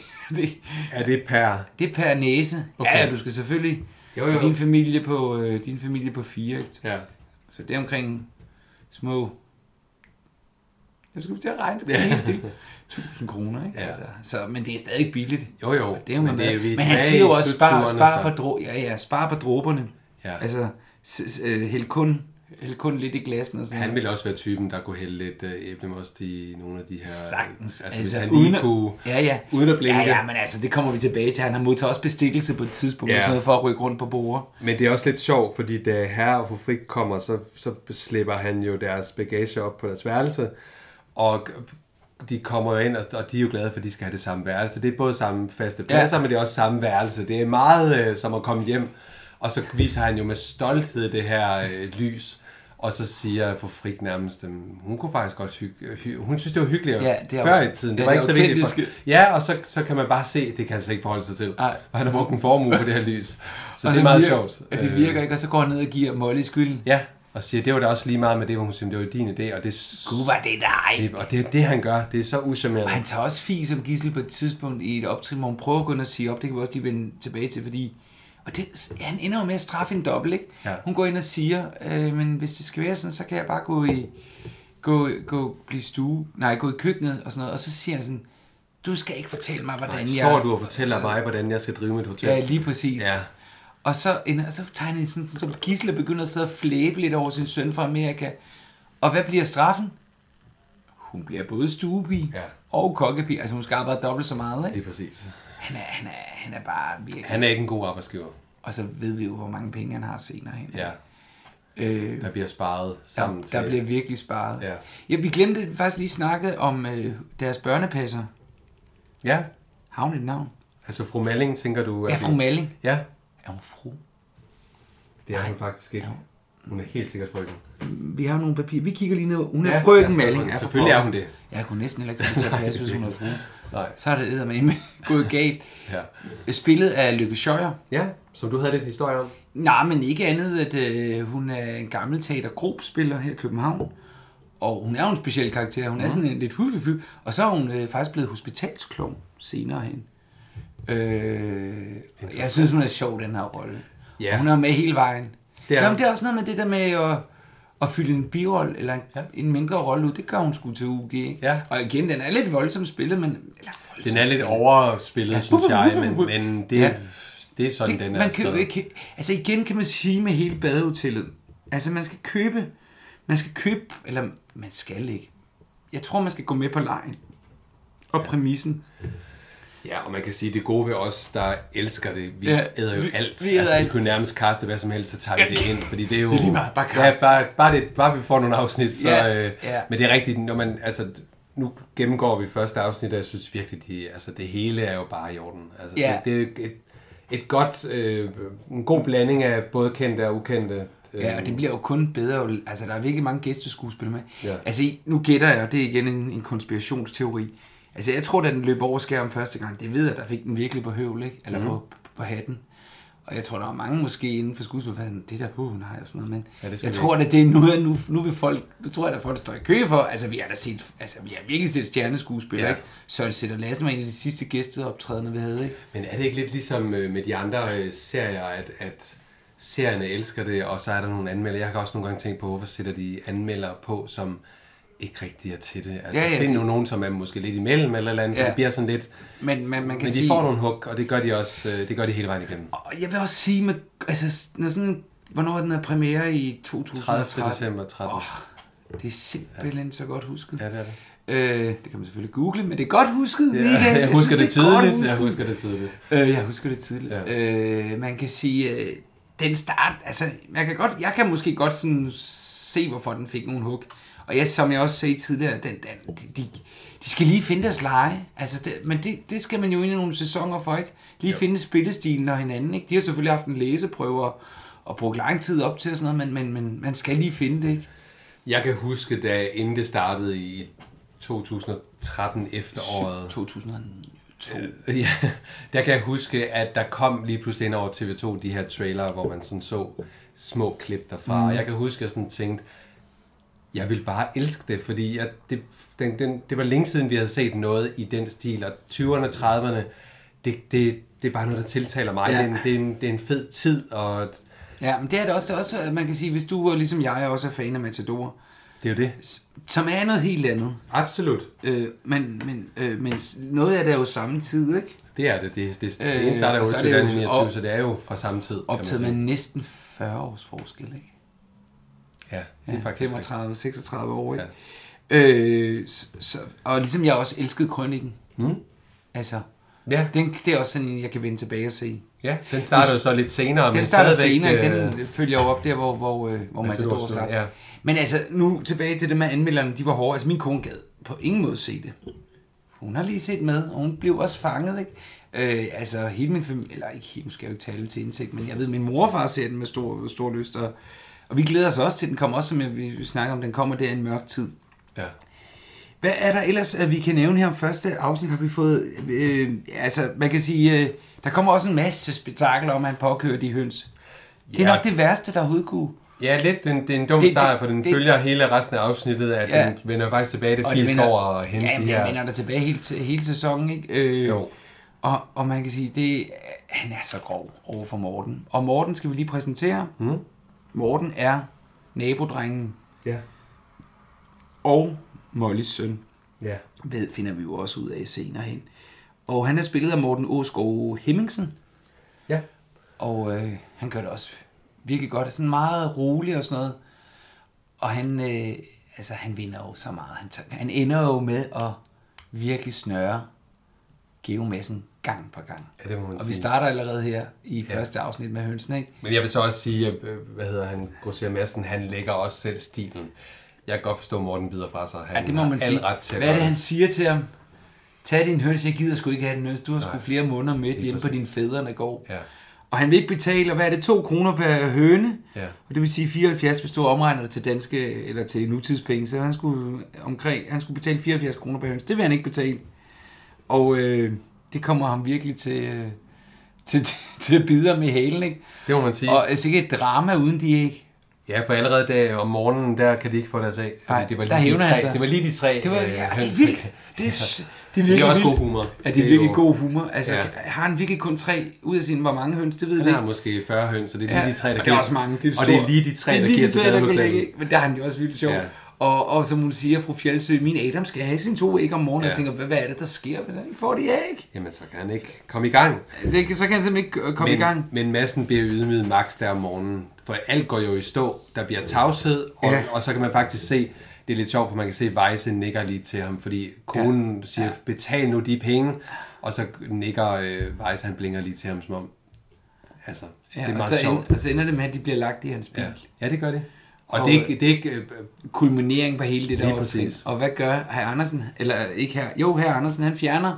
S2: Er det per...
S1: det er per næse. Okay. Ja,
S2: Okay.
S1: ja, du skal selvfølgelig...
S2: Jo, jo.
S1: Din familie på, øh, din familie på fire, ikke?
S2: Ja.
S1: Så det er omkring små... Jeg skal til at
S2: <laughs>
S1: regne, det er helt stille. 1000 kroner, ikke?
S2: Ja.
S1: Altså, så, men det er stadig billigt.
S2: Jo, jo.
S1: Og Det er jo men, det er,
S2: vi
S1: men han
S2: tilbage
S1: siger jo
S2: i
S1: også, spar,
S2: 70'erne,
S1: spar,
S2: så-
S1: på, dro, ja, ja, spar på dråberne.
S2: Ja.
S1: Altså, s- s- øh, hæld kun, hæld kun lidt i glassen og sådan
S2: Han
S1: noget.
S2: ville også være typen, der kunne hælde lidt øh, æblemost i nogle af de her...
S1: Sagtens.
S2: Altså, hvis han lige kunne...
S1: ja, ja.
S2: uden at blinke.
S1: Ja, ja, men altså, det kommer vi tilbage til. Han har modtaget også bestikkelse på et tidspunkt,
S2: Ja.
S1: ja. sådan noget, for at rykke rundt på bordet.
S2: Men det er også lidt sjovt, fordi da herre og fru Frik kommer, så, så slipper han jo deres bagage op på deres værelse, og de kommer jo ind, og og de er jo glade for, at de skal have det samme værelse. Det er både samme faste pladser,
S1: Ja.
S2: ja. men det er også samme værelse. Det er meget øh, som at komme hjem, og så viser han jo med stolthed det her øh, lys. Og så siger for Frik nærmest, at hun kunne faktisk godt hygge, hy, hun synes, det var hyggeligere
S1: Ja,
S2: ja,
S1: det er
S2: det før
S1: jo-
S2: i tiden.
S1: ja,
S2: Det var
S1: det
S2: ikke
S1: er
S2: så vigtigt. For,
S1: autentiske.
S2: ja, og så, så kan man bare se, det kan han slet ikke forholde sig til.
S1: Nej.
S2: Og han har brugt en formue på det her
S1: <laughs>
S2: lys. Så
S1: Og
S2: det er meget
S1: virker,
S2: sjovt.
S1: Og Altså, det
S2: Øh,
S1: virker ikke, og så går han ned og giver Molly skylden.
S2: Ja, og siger, det var da også lige meget med det, hvor hun siger, det var din idé, og det,
S1: Gud, var det dig.
S2: og det, det han gør, det er så
S1: Og han
S2: usammerende.
S1: tager også Fie som gissel på et tidspunkt i et optrin, hvor hun prøver at gå ind og sige op. Det kan vi også lige vende tilbage til, fordi... Og det, han ender jo med at straffe en dobbelt, ikke?
S2: Ja.
S1: Hun går ind og siger, øh, men hvis det skal være sådan, så kan jeg bare gå i... Gå, gå, blive stue, nej, gå i køkkenet og sådan noget. Og så siger han sådan, du skal ikke fortælle mig, hvordan jeg...
S2: Står du og fortæller mig, hvordan jeg skal drive mit hotel?
S1: Ja, lige præcis.
S2: Ja.
S1: Og så, ender- og så tager han en sådan, som Gisle begynder at sidde og flæbe lidt over sin søn fra Amerika. Og hvad bliver straffen? Hun bliver både stuepige
S2: Ja.
S1: og kokkepige. Altså hun skal arbejde dobbelt så meget,
S2: Lige
S1: ikke?
S2: præcis.
S1: Han er, han er, han er bare virkelig...
S2: Han er ikke en god arbejdsgiver.
S1: Og så ved vi jo, hvor mange penge han har senere hen.
S2: Ja,
S1: Øh,
S2: der bliver sparet sammen
S1: der, der
S2: til...
S1: bliver virkelig sparet.
S2: Ja.
S1: ja, vi glemte faktisk lige snakket om øh, deres børnepasser.
S2: Ja,
S1: Havn et navn.
S2: altså fru Malling, tænker du... at
S1: Ja,
S2: vi-
S1: fru Malling.
S2: Ja,
S1: Er hun fru?
S2: det er hun faktisk ikke. Hun er helt sikkert frygten.
S1: Vi har nogle papirer. Vi kigger lige ned. Hun er
S2: Ja,
S1: ja, frøken
S2: altså,
S1: Malling. for
S2: selvfølgelig er
S1: pokker.
S2: hun det.
S1: Jeg kunne næsten heller ikke få det til at passe, hvis hun er fru.
S2: Nej.
S1: Så er det eddermame gået galt.
S2: Ja.
S1: Spillet af Lykke Schøjer.
S2: ja, som du havde lidt historie om.
S1: Nej, men ikke andet, at øh, hun er en gammel teater spiller her i København. Og hun er jo en speciel karakter. Hun er sådan en lidt hufify. Og så er hun øh, faktisk blevet hospitalsklon senere hen. Øh, jeg synes, hun er sjov, den her rolle.
S2: Ja.
S1: Hun er med hele vejen.
S2: Det
S1: Det
S2: er
S1: er, Nå,
S2: hun.
S1: men det er også noget med det der med at, at fylde en birolle eller en, ja.
S2: Ja.
S1: en mindre rolle ud. Det gør hun sgu til UG. ikke?
S2: Ja.
S1: Og igen, den er lidt voldsomt spillet, men... Eller voldsomt
S2: Den er lidt
S1: spillet.
S2: overspillet, ja. synes jeg, men, men det,
S1: Ja.
S2: ja. det er sådan,
S1: Det-
S2: den er.
S1: man kan jo
S2: stadig.
S1: ikke, altså igen kan man sige med hele badehotellet, altså man skal købe, man skal købe, eller man skal ikke. Jeg tror, man skal gå med på lejen og præmissen.
S2: Ja, og man kan sige, det gode ved os, der elsker det, vi
S1: Ja,
S2: ja, æder jo
S1: vi-
S2: alt.
S1: vi æder
S2: altså, vi
S1: alt.
S2: kunne nærmest kaste hvad som helst, så tager vi
S1: Ja.
S2: det ind, fordi det er jo...
S1: Det er lige meget, bare
S2: ja,
S1: kaste.
S2: bare, bare, det, bare vi får nogle afsnit, så...
S1: Ja,
S2: Øh,
S1: ja.
S2: Men det er rigtigt, når man... Altså, nu gennemgår vi første afsnit, og jeg synes virkelig, det, altså, det hele er jo bare i orden. Altså,
S1: Ja.
S2: det, det er et, et godt... Øh, en god blanding af både kendte og ukendte. Øh,
S1: Ja, og det bliver jo kun bedre. jo- Altså, der er virkelig mange gæsteskuespil med.
S2: Ja.
S1: Altså, I- nu gætter jeg, og det er igen en, en konspirationsteori. Altså, jeg tror, da den løb over skærmen første gang, det ved jeg, der fik den virkelig på høvl, ikke? Eller
S2: Mhm.
S1: mm. på, på hatten. Og jeg tror, der er mange måske inden for skuespilfasen, det der, uh, nej, og sådan noget, men
S2: Ja,
S1: ja,
S2: det skal
S1: jeg
S2: vi
S1: tror, at det er noget, nu, nu vil folk, nu tror jeg, at folk står i kø for, altså vi har da set, altså vi har virkelig set stjerneskuespil, ja.
S2: Ja.
S1: ikke? Søren Sætter Lassen var en af de sidste gæsteoptrædende, vi havde, ikke?
S2: Men er det ikke lidt ligesom øh, med de andre øh, serier, at, at serierne elsker det, og så er der nogle anmelder. Jeg har også nogle gange tænkt på, hvorfor sætter de anmelder på, som ikke rigtig er til det. Altså,
S1: Ja,
S2: ja,
S1: ja,
S2: ja, find
S1: det-
S2: nu nogen, som er måske lidt imellem eller eller andet, ja.
S1: Ja.
S2: det bliver sådan lidt...
S1: Men man, man kan
S2: Men de
S1: sige...
S2: får nogle hug, og det gør de også, øh, det gør de hele vejen igennem.
S1: Og jeg vil også sige, med, altså, når sådan, hvornår var den her premiere i 2013?
S2: 30. december 13.
S1: Åh, det er simpelthen så godt husket.
S2: Ja, det er det.
S1: Øh, det kan man selvfølgelig google, men det er godt husket.
S2: Ja,
S1: Michael.
S2: jeg husker
S1: synes,
S2: det
S1: er godt
S2: tydeligt.
S1: husket.
S2: Jeg husker det tydeligt.
S1: Øh, jeg husker det tidligt. Ja.
S2: Ja.
S1: Øh, man kan sige, øh, den start, altså, jeg kan, godt, jeg kan måske godt sådan se, hvorfor den fik nogle hug. Og jeg, som jeg også sagde tidligere, den, den, de, de, de skal lige finde deres leje. Altså, det, men det, det skal man jo ind i nogle sæsoner for, ikke? Lige jo. finde spillestilen og hinanden, ikke? De har selvfølgelig haft en læseprøve og, og brugt lang tid op til og sådan noget, men, men, men man skal lige finde det, ikke?
S2: Jeg kan huske, da inden det startede i 2013 efteråret,
S1: 2002.
S2: Øh, <laughs> Ja, der kan jeg huske, at der kom lige pludselig ind over TV2 de her trailere, hvor man sådan så små klip derfra. Mm. Og jeg kan huske, at jeg sådan tænkte, jeg vil bare elske det, fordi jeg, det, den, den, det var længe siden, vi havde set noget i den stil. Og 20'erne og 30'erne, det, det, det er bare noget, der tiltaler mig.
S1: Ja.
S2: Ja. Det, er en, det, er en, det er en fed tid, og
S1: Ja, men det er det også, det er også, man kan sige, hvis du og ligesom jeg også er fan af Matador,
S2: det er jo det.
S1: som er noget helt andet.
S2: Absolut.
S1: Øh, men, men, øh, men s- noget af det er jo samme tid, ikke?
S2: Det er det. Det, det, det,
S1: Øh,
S2: det ene starter jo
S1: og så er det jo-
S2: 29, så det er jo fra samme tid. kan man
S1: Optaget
S2: sige.
S1: med næsten 40 års forskel, ikke?
S2: Ja, det er faktisk rigtigt.
S1: 35, 36 år, ikke? Ja. Øh, s- så, og ligesom jeg også elskede krønningen.
S2: Mm.
S1: Altså,
S2: Ja,
S1: den, det er også sådan en, jeg kan vende tilbage og se.
S2: ja, den starter jo så lidt senere.
S1: Den
S2: men
S1: starter
S2: stadigvæk,
S1: senere, ikke?
S2: øh,
S1: den følger jo op der, hvor, hvor, øh, hvor
S2: Matador
S1: Matador
S2: stod,
S1: starter.
S2: ja.
S1: Men altså, nu tilbage til det med anmelderne, de var hårde. Altså, min kone gad på ingen måde se det. Hun har lige set med, og hun blev også fanget, ikke? Øh, altså, hele min familie, eller ikke helt, nu skal jeg jo ikke tale til indsigt, men jeg ved, min morfar ser den med stor, stor lyst, og, Og vi glæder os også til, at den kommer også, som jeg- vi snakker om, den kommer der i en mørk tid.
S2: Ja.
S1: Hvad er der ellers, at vi kan nævne her om første afsnit? Har vi fået... Øh, altså, man kan sige, øh, der kommer også en masse spektakel om, at han påkører de høns. Det er
S2: Ja.
S1: nok det værste, der overhovedet kunne.
S2: Ja, lidt. Den, det er en dum
S1: Det-
S2: det,
S1: det-
S2: start, for den
S1: det-
S2: det, følger hele resten af afsnittet, at
S1: Ja.
S2: ja. den vender faktisk tilbage til
S1: Og det
S2: fisk
S1: vender-
S2: over og hente
S1: Ja,
S2: de
S1: men jeg vender
S2: her.
S1: der tilbage hele, t- hele sæsonen, ikke? Øh,
S2: Jo.
S1: Og, og man kan sige, det, han er så grov over for Morten. Og Morten skal vi lige præsentere.
S2: Hmm?
S1: Mm. Morten er nabodrengen
S2: Ja.
S1: og Mollys søn.
S2: Ja.
S1: Ved finder vi jo også ud af senere hen. Og han er spillet af Morten Åsgaard Hemmingsen.
S2: Ja.
S1: Og øh, han gør det også virkelig godt. Sådan meget rolig og sådan noget. Og han, øh, altså, han vinder jo så meget. Han, tager, han ender jo med at virkelig snøre geomassen gang på gang.
S2: Ja, det må man
S1: og vi
S2: sige.
S1: starter allerede her i første afsnit med hønsen, ikke?
S2: Men jeg vil så også sige, at øh, hvad hedder han, Grosser Madsen, han lægger også selv stilen. Jeg kan godt forstå, at Morten bider fra sig. Han
S1: Ja, det må
S2: har
S1: man
S2: al
S1: sige.
S2: Ret til at
S1: Hvad er det,
S2: gøre
S1: han siger til ham? Tag din høns, jeg gider sgu ikke have den høns. Du har sgu flere måneder med hjemme på
S2: præcis.
S1: dine fædrene går.
S2: Ja.
S1: Og han vil ikke betale, og hvad er det, 2 kroner per høne?
S2: Ja.
S1: Og det vil sige 74, hvis du omregner det til danske, eller til nutidspenge, så han skulle, omkring, han skulle betale 74 kroner per høns. Det vil han ikke betale. Og øh, det kommer ham virkelig til, øh, til, til, til at bide ham i halen, ikke?
S2: Det må man sige.
S1: Og altså ikke et drama uden de ikke.
S2: Ja, for allerede der om morgenen, der kan de ikke få deres af. Fordi
S1: Nej,
S2: det var
S1: der
S2: lige de
S1: hævner han
S2: tre,
S1: sig.
S2: det var lige de tre.
S1: Det var,
S2: øh,
S1: ja, det er
S2: høns.
S1: vildt. <laughs> Det er, s- det er
S2: Det
S1: virkelig
S2: er også
S1: vildt.
S2: god humor.
S1: Ja, det
S2: Det
S1: er
S2: er
S1: virkelig
S2: jo-
S1: god humor. Altså, ja.
S2: Ja.
S1: har han virkelig kun tre ud af sine, hvor mange høns, det ved vi
S2: Han har
S1: ikke.
S2: måske 40 høns, så det er
S1: Ja,
S2: lige de tre,
S1: og
S2: der
S1: det er
S2: giver-
S1: også mange. et
S2: Og det er
S1: stort-
S2: lige de tre,
S1: det er
S2: der
S1: lige
S2: giver
S1: de
S2: til
S1: tre, der kunne
S2: badehotellet.
S1: lægge, ikke? Men der har han jo også vildt sjov.
S2: Ja.
S1: Og, og som hun siger, fru Fjeldsø, min Adam skal have sine to æg om morgenen. Ja.
S2: Ja.
S1: Jeg tænker, hvad, hvad er det, der sker, hvis han ikke får de æg?
S2: Jamen, så kan han ikke komme i gang.
S1: Det, kan- så kan han simpelthen ikke øh, komme
S2: men,
S1: i gang.
S2: Men massen bliver ydmyget max der om morgenen, for alt går jo i stå. Der bliver tavshed,
S1: Ja.
S2: og, ja. og så kan man faktisk se, det er lidt sjovt, for man kan se, at Weisse nikker lige til ham, fordi konen ja. siger, betal nu de penge, og så nikker øh, Weisse, han blinker lige til ham, som om, altså, ja, det er
S1: og,
S2: meget
S1: så
S2: sjovt.
S1: End, og så ender det med, at de bliver lagt i hans bil.
S2: Ja. ja, det gør det. Og,
S1: Og-
S2: og det er ikke, det er ikke øh,
S1: kulminering på hele det der
S2: Lige
S1: opsving.
S2: præcis.
S1: Og hvad gør herr Andersen? Eller ikke her. Jo, herr Andersen, han fjerner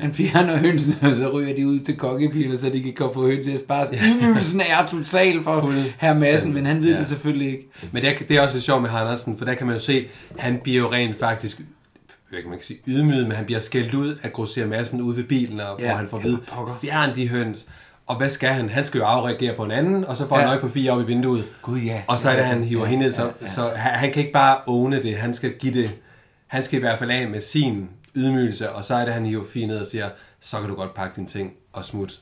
S1: han fjerner hønsen, og så ryger de ud til kokkepilen, så de kan komme for høns til at spare. sig. Ydmygelsen er total for herr Madsen, men han ved
S2: Ja.
S1: det selvfølgelig ikke.
S2: Men det er, det er også lidt sjovt med Andersen, for der kan man jo se, han bliver jo rent faktisk jeg kan man kan sige ydmyget, men han bliver skældt ud af Grosser Madsen ude ved bilen, og
S1: Ja,
S2: ja, hvor han får
S1: ja,
S2: at vide,
S1: for pokker.
S2: fjern de høns. Og hvad skal han? Han skal jo afreagere på en anden, og så får ja.
S1: Ja.
S2: han øje på fire op i vinduet.
S1: Gud, ja.
S2: Og så er det,
S1: Ja,
S2: han hiver
S1: ja,
S2: ja, hende ned, så,
S1: ja,
S2: ja,
S1: ja.
S2: ja. så han, han kan ikke bare åne det. Han skal give det. Han skal i hvert fald af med sin ydmygelse, og så er det, han hiver fire ned og siger, så kan du godt pakke dine ting og smut.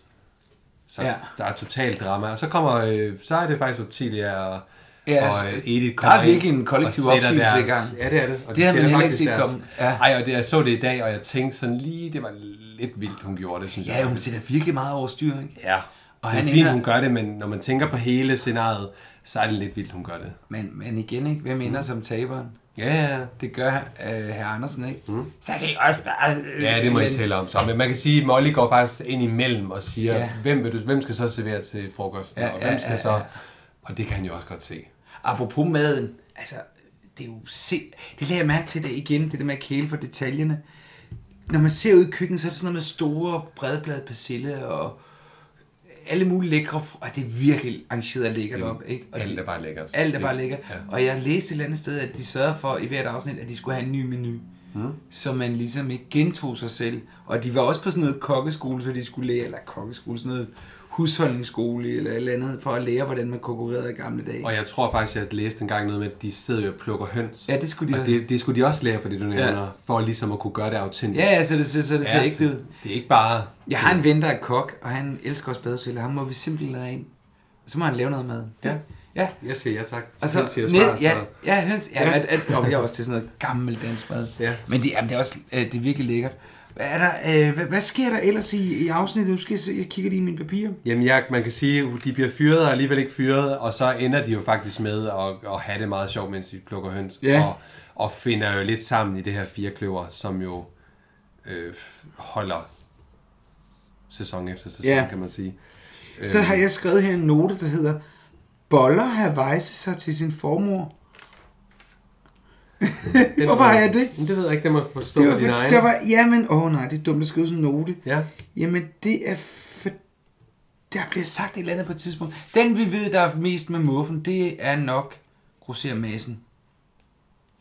S2: Så
S1: Ja.
S2: ja. der er totalt drama. Og så kommer, øh, så er det faktisk Ottilia og,
S1: Ja,
S2: ja, og
S1: så-
S2: øh, Edith
S1: der
S2: kommer
S1: er virkelig
S2: ind
S1: en kollektiv
S2: og sætter
S1: opsigelse i
S2: deres-
S1: gang.
S2: Ja, det er det. Og
S1: Det har man
S2: sætter
S1: heller
S2: faktisk
S1: ikke set
S2: deres-
S1: komme. Ja.
S2: Ej, og det, jeg så det i dag, og jeg tænkte sådan lige, det var lidt vildt, hun gjorde det, synes jeg.
S1: Ja, hun sætter virkelig meget over styr, ikke?
S2: Ja.
S1: Og
S2: Og
S1: han
S2: det er fint,
S1: ender-
S2: hun gør det, men når man tænker på hele scenariet, så er det lidt vildt, hun gør det.
S1: Men, men igen, ikke? hvem ender som taberen?
S2: Ja, ja, ja.
S1: Det gør øh, herr Andersen, ikke? Mm. Så kan I også bare... øh,
S2: Ja, det må
S1: men-
S2: I selv om så. Men man kan sige, at Molly går faktisk ind imellem og siger,
S1: Ja.
S2: ja. hvem, vil du, hvem skal så servere til frokosten,
S1: Ja,
S2: ja, og
S1: ja,
S2: hvem skal
S1: ja,
S2: så...
S1: ja.
S2: Og det kan han jo også godt se.
S1: Apropos maden, altså, det er jo sind... Det lader jeg mærke til det igen, det der med at kæle for detaljerne. Når man ser ud i køkkenet, så er det sådan noget med store bredblad persille og alle mulige lækre... fr- Og det er virkelig arrangeret og lækkert op, ikke? Og
S2: Mm. alt
S1: de-
S2: er bare lækkert.
S1: Alt er bare
S2: Ja.
S1: lækkert. Og jeg læste et eller andet sted, at de sørgede for i hvert afsnit, at de skulle have en ny menu. Mm. Så man ligesom ikke gentog sig selv. Og de var også på sådan noget kokkeskole, så de skulle lære, eller kokkeskole, sådan noget husholdningsskole eller et eller andet, for at lære, hvordan man konkurrerede i gamle dage.
S2: Og jeg tror faktisk, jeg læste en gang noget med, at de sidder jo og plukker høns.
S1: Ja, det skulle de
S2: og
S1: have.
S2: det, det skulle de også lære på det, du nævner,
S1: Ja.
S2: ja. for ligesom at kunne gøre det autentisk.
S1: Ja, ja, så det, så, så det ser
S2: Ja,
S1: ægte ud.
S2: Det er ikke bare...
S1: Jeg har en ven, der er kok, og han elsker også badehoteller. Ham må vi simpelthen have ind. Og så må han lave noget mad.
S2: Ja.
S1: Ja.
S2: Jeg siger ja tak.
S1: Og så,
S2: Høns siger
S1: ned,
S2: smart,
S1: ja,
S2: så-
S1: ja, høns, ja,
S2: Ja.
S1: At, at, og jeg er også til sådan noget gammelt dansk mad.
S2: Ja.
S1: Men det, jamen, det, er også, øh, det er virkelig lækkert. Hvad, er der, øh, hvad, hvad sker der ellers i, i afsnittet? Nu skal jeg, se- jeg kigger lige i mine papirer.
S2: Jamen, jeg, man kan sige, at de bliver fyret og alligevel ikke fyret, og så ender de jo faktisk med at, at have det meget sjovt, mens de plukker høns.
S1: Ja.
S2: Og, og finder jo lidt sammen i det her firekløver, som jo øh, holder sæson efter sæson,
S1: Ja.
S2: ja. kan man sige.
S1: Så
S2: Øh.
S1: har jeg skrevet her en note, der hedder, Boller har vejset sig til sin formor.
S2: Den
S1: <laughs> Hvorfor
S2: må-
S1: har jeg det?
S2: Jamen, Det ved jeg ikke, det må jeg forstå
S1: Det
S2: det
S1: var,
S2: din
S1: for-
S2: egen.
S1: det var, jamen, åh oh, nej, det er dumt at skrive sådan en note.
S2: Ja.
S1: Jamen, det er fordi, der bliver sagt et eller andet på et tidspunkt. Den vi ved, der er mest med muffen, det er nok grosser Madsen.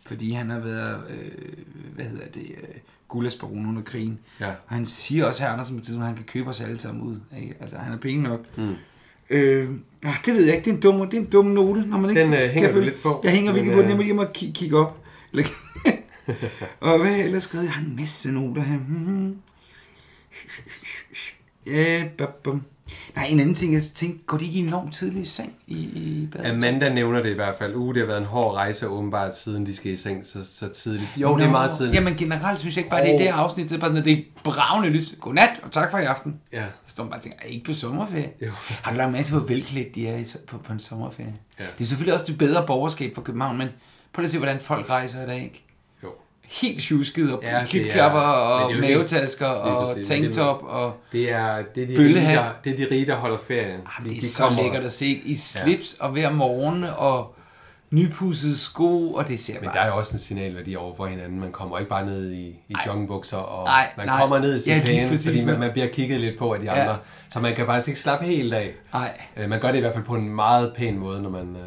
S1: Fordi han har været, øh, hvad hedder det, øh, gulasbaron under krigen.
S2: Ja.
S1: Og han siger også her, Andersen, på et tidspunkt, at han kan købe os alle sammen ud. Ikke? Altså, han er penge nok. Mm. Øh, ah, det ved jeg ikke, det er en dum, det er en dum note. Når man ikke
S2: Den, øh,
S1: kan
S2: hænger du
S1: følge-
S2: lidt på,
S1: Jeg hænger virkelig
S2: men,
S1: på den,
S2: øh,
S1: jeg må lige må ki- kigge op.
S2: <laughs>
S1: Eller, og hvad har jeg ellers skrevet? Jeg har en masse noter her. Mhm. Ja, bum, bum. Nej, en anden ting, jeg tænkte, går de ikke enormt tidligt i seng i, i badet?
S2: Amanda nævner det i hvert fald. Uh, det har været en hård rejse åbenbart, siden de skal i seng så, så tidligt. Jo, det er meget tidligt.
S1: Jamen generelt synes jeg ikke bare, det er i
S2: Åh.
S1: det her afsnit, så er det bare sådan, at det er bravende lys. Godnat, og tak for i aften.
S2: Ja.
S1: Så står man bare og tænker, er I ikke på sommerferie?
S2: Jo.
S1: Har du lagt mærke til, hvor velklædt de er i, på, på en sommerferie?
S2: Ja.
S1: Det er selvfølgelig også det bedre borgerskab for København, men prøv lige at se, hvordan folk rejser i dag, ikke?
S2: Jo.
S1: Helt tjusket og
S2: Ja, det
S1: ja,
S2: er-
S1: klipklapper
S2: men
S1: og
S2: det er jo ikke-
S1: mavetasker
S2: Lige
S1: og
S2: præcis,
S1: tanktop og...
S2: Det er, det er, de, rige,
S1: Bøllehat.
S2: der, det er de rige, der holder ferie.
S1: Jamen, Ah, det er de så lækkert at se i slips ja. og hver morgen og nypudsede sko, og det ser
S2: Men
S1: bare...
S2: der er jo også en signalværdi over for hinanden. Man kommer ikke bare ned i, i joggingbukser, og
S1: Ej,
S2: man
S1: nej.
S2: kommer ned i sin
S1: Ja,
S2: ja,
S1: lige
S2: pæne,
S1: præcis,
S2: fordi man,
S1: men-
S2: man bliver kigget lidt på af de
S1: Ja.
S2: andre. Så man kan faktisk ikke slappe helt af.
S1: Ej.
S2: Øh, Man gør det i hvert fald på en meget pæn måde, når man... Øh...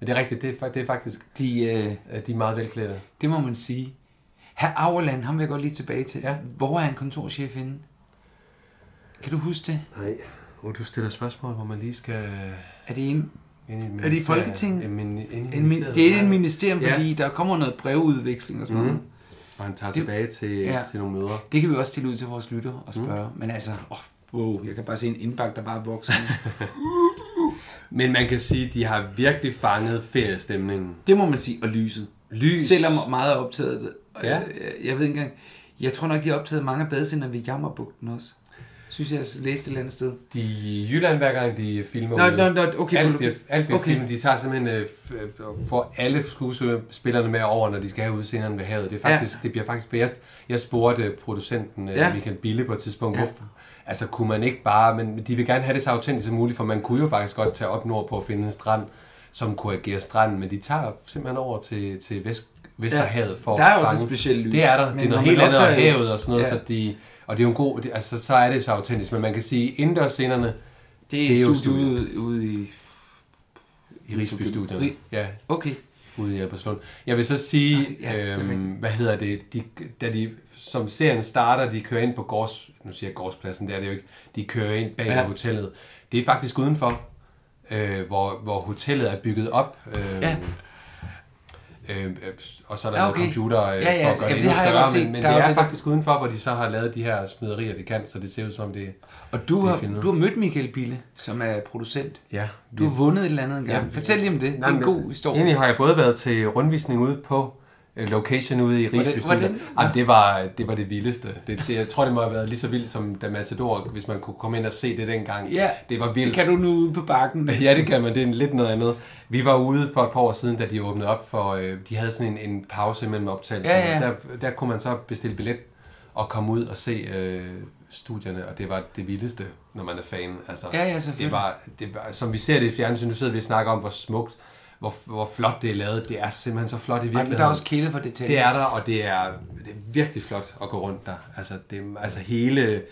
S2: Men det er rigtigt, det er, fa- det er faktisk...
S1: De, øh,
S2: øh, De er meget velklædte.
S1: Det må man sige. Herr Auerland, ham vil jeg godt lige tilbage til.
S2: Ja.
S1: Hvor er en kontorchef henne? Kan du huske det?
S2: Nej. Uh, du stiller spørgsmål, hvor man lige skal...
S1: Er det en...
S2: Ind i et
S1: Er det i Folketinget?
S2: En, min, ind i
S1: en min,
S2: ministeriet.
S1: det er et ministerium,
S2: Ja.
S1: fordi der kommer noget brevudveksling og sådan mm. noget.
S2: Og han tager tilbage til, ja.
S1: Ja.
S2: til nogle møder.
S1: Det kan vi også stille ud til vores lytter og spørge. Mm. Men altså, oh, wow, jeg kan bare se en indbak, der bare
S2: <laughs>
S1: vokser.
S2: Men man kan sige, at de har virkelig fanget feriestemningen.
S1: det må man sige, og lyset.
S2: Lys.
S1: Selvom meget er optaget af det. Og
S2: Ja.
S1: Jeg, jeg, ved ikke engang, jeg tror nok, de har optaget mange af badesinderne ved Jammerbugten også. Synes jeg, jeg læste et eller andet sted.
S2: De i Jylland, hver gang de filmer
S1: Nå,
S2: ude,
S1: nå, nå, okay,
S2: alt
S1: på-
S2: bliver, alt bliver
S1: okay.
S2: filmet. De tager simpelthen, øh, f- øh, får alle skuespillerne med over, når de skal have udseenderne ved havet. Det, er faktisk, ja. det bliver faktisk... for Jeg, jeg spurgte producenten øh, ja.
S1: Ja.
S2: Michael Bille på et tidspunkt, ja.
S1: Ja.
S2: hvorfor, altså kunne man ikke bare... Men de vil gerne have det så autentisk som muligt, for man kunne jo faktisk godt tage op nordpå og finde en strand, som kunne agere stranden, men de tager simpelthen over til, til Vest, Vesterhavet for
S1: Der er
S2: at
S1: jo også
S2: fange-
S1: et specielt lys.
S2: Det er der. Men
S1: Men
S2: det er
S1: når
S2: noget
S1: man
S2: helt andet og
S1: optager jo-
S2: havet og sådan noget, ja.
S1: Ja.
S2: så de, og det er jo en god, det- altså så er det så autentisk, men man kan sige, indendørsscenerne
S1: Det er,
S2: Det er jo
S1: studiet, ude, ude i...
S2: i Rigsbystudierne,
S1: Rig-
S2: ja,
S1: Okay.
S2: ude i Albertslund. Jeg vil så sige,
S1: Ja, det er
S2: øhm,
S1: rigtigt.
S2: hvad hedder det, de, da de, som serien starter, de kører ind på gårds, nu siger jeg gårdspladsen, det er det jo ikke, de kører ind bag ja.
S1: Ja.
S2: hotellet. Det er faktisk udenfor, øh, hvor, hvor hotellet er bygget op. Øh,
S1: Ja.
S2: Øh, øh, og så er der
S1: Ja,
S2: ja,
S1: okay.
S2: okay. noget computer øh,
S1: Ja, ja,
S2: for at
S1: altså,
S2: gøre det
S1: jamen,
S2: endnu
S1: det har jeg
S2: større,
S1: godt set.
S2: men, men
S1: Der
S2: det
S1: er jo
S2: er
S1: det-
S2: faktisk udenfor, hvor de så har lavet de her snyderier ved kant, så det ser ud som om det
S1: Og du
S2: Det
S1: har,
S2: finder jeg.
S1: du har mødt Michael Bille, som er producent.
S2: Ja.
S1: Du har vundet et eller andet engang.
S2: Ja.
S1: Ja, Fortæl lige om det. det er en god historie.
S2: Egentlig har jeg både været til rundvisning ude på øh, location ude i Rigsby
S1: hvordan-
S2: Studio. Jamen, det var, det var det vildeste. Det, det, jeg tror, det må have været lige så vildt som da Matador, hvis man kunne komme ind og se det dengang.
S1: Ja,
S2: Det var vildt.
S1: Det kan du nu ude på bakken.
S2: Ja, det kan man. Det er en lidt noget andet. Vi var ude for et par år siden, da de åbnede op for... Øh, de havde sådan en, en pause mellem optagelserne.
S1: Ja, ja.
S2: Der, der kunne man så bestille billet og komme ud og se øh, studierne, og det var det vildeste, når man er fan. Altså,
S1: Ja, ja, selvfølgelig.
S2: det var, det var, som vi ser det i fjernsyn, nu sidder vi og snakker om, hvor smukt, hvor, hvor flot det er lavet. Det er simpelthen så flot i
S1: Ej, men
S2: virkeligheden.
S1: der er også kæde for det til.
S2: Det er der, og det er, det er virkelig flot at gå rundt der. Altså, det, altså, hele,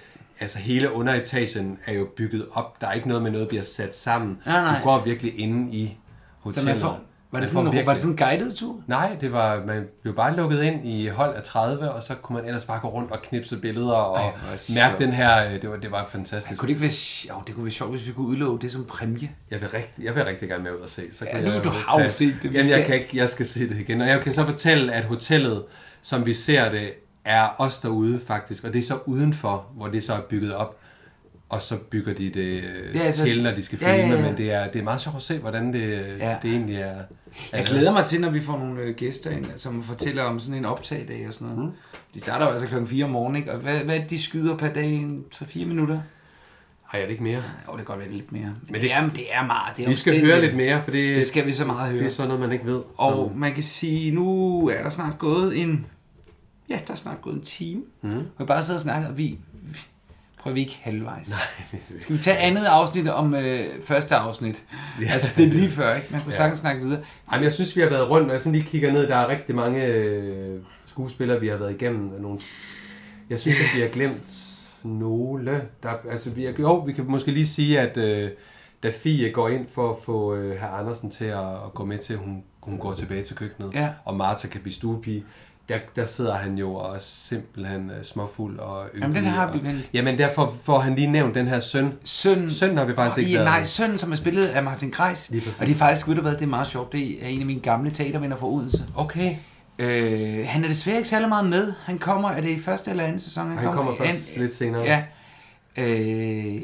S2: altså hele underetagen er jo bygget op. Der er ikke noget med noget, bliver sat sammen.
S1: Nej, nej.
S2: Du går virkelig inde i
S1: Så
S2: hotellet.
S1: man får, var,
S2: Man
S1: det
S2: får
S1: sådan, en-
S2: virkelig-
S1: var det sådan en guided tur?
S2: Nej, det var, man blev bare lukket ind i hold af 30, og så kunne man ellers bare gå rundt og knipse billeder og
S1: Ej,
S2: Ej,
S1: hvor sjovt.
S2: mærke den her, øh, det var, det var fantastisk.
S1: Kunne det ikke være, sj- oh, det kunne være sjovt, hvis vi kunne udlove det som præmie?
S2: Jeg vil, rigtig, jeg vil rigtig gerne med ud og se. Så
S1: Ja,
S2: kan
S1: nu-
S2: jeg
S1: du
S2: jo
S1: har jo
S2: tage-
S1: set det, vi
S2: Jamen, jeg,
S1: skal.
S2: kan ikke, jeg skal se det igen. Og jeg kan så fortælle, at hotellet, som vi ser det, er os derude faktisk. Og det er så udenfor, hvor det så er bygget op. Og så bygger de det
S1: Ja,
S2: ja,
S1: altså-
S2: til, når de skal filme. Ja, ja, ja. Men det er, det er meget sjovt at se, hvordan det, ja.
S1: Ja.
S2: det egentlig er.
S1: Jeg glæder mig til, når vi får nogle øh, gæster ind, som fortæller om sådan en optagdag og sådan noget. Mm. De starter jo altså klokken 4 om morgenen, ikke? Og hvad, hvad er det, de skyder per dag? En 3-4 minutter?
S2: Ej, er det ikke mere?
S1: Jo, det kan godt være det er lidt mere. Men,
S2: det-
S1: det, er, det er meget. Det er
S2: Vi skal
S1: omstændigt.
S2: høre lidt mere, for det,
S1: Det skal vi så meget høre.
S2: det er sådan noget, man ikke ved.
S1: Og man kan sige, nu er der snart gået en... Ja, der er snart gået en time. Mm. Og vi bare sidder og snakker, og vi... vi- Prøver vi ikke halvvejs. <laughs>
S2: Så-
S1: Skal vi tage andet afsnit om øh, første afsnit? Ja. Altså, det er lige før, ikke? Man kunne
S2: Ja.
S1: ja. sagtens snakke videre.
S2: Jamen, jeg synes, vi har været rundt, og jeg sådan lige kigger ned, der er rigtig mange øh, skuespillere, vi har været igennem. Og nogle... Jeg synes, at vi har glemt nogle. Der, altså, vi, jo, vi kan måske lige sige, at øh, da Fie går ind for at få øh, herr Andersen til at, at gå med til, at hun, hun går tilbage til køkkenet,
S1: Ja.
S2: og Martha kan blive stuepige, der, der sidder han jo og er simpelthen øh, småfuld og ynglig.
S1: Jamen, den har vi
S2: og-
S1: vel.
S2: Jamen, derfor får han lige nævnt den her søn.
S1: Søn,
S2: Søn har vi faktisk
S1: og,
S2: ikke
S1: i,
S2: været
S1: Nej,
S2: med.
S1: Søn, som er spillet af Martin Greis.
S2: Lige præcis.
S1: Og det er faktisk, ved du hvad, det er meget sjovt. Det er en af mine gamle teatervenner fra Odense.
S2: Okay.
S1: Øh, han er desværre ikke særlig meget med. Han kommer, er det i første eller anden sæson?
S2: Han kommer først lidt senere.
S1: Ja. Øh,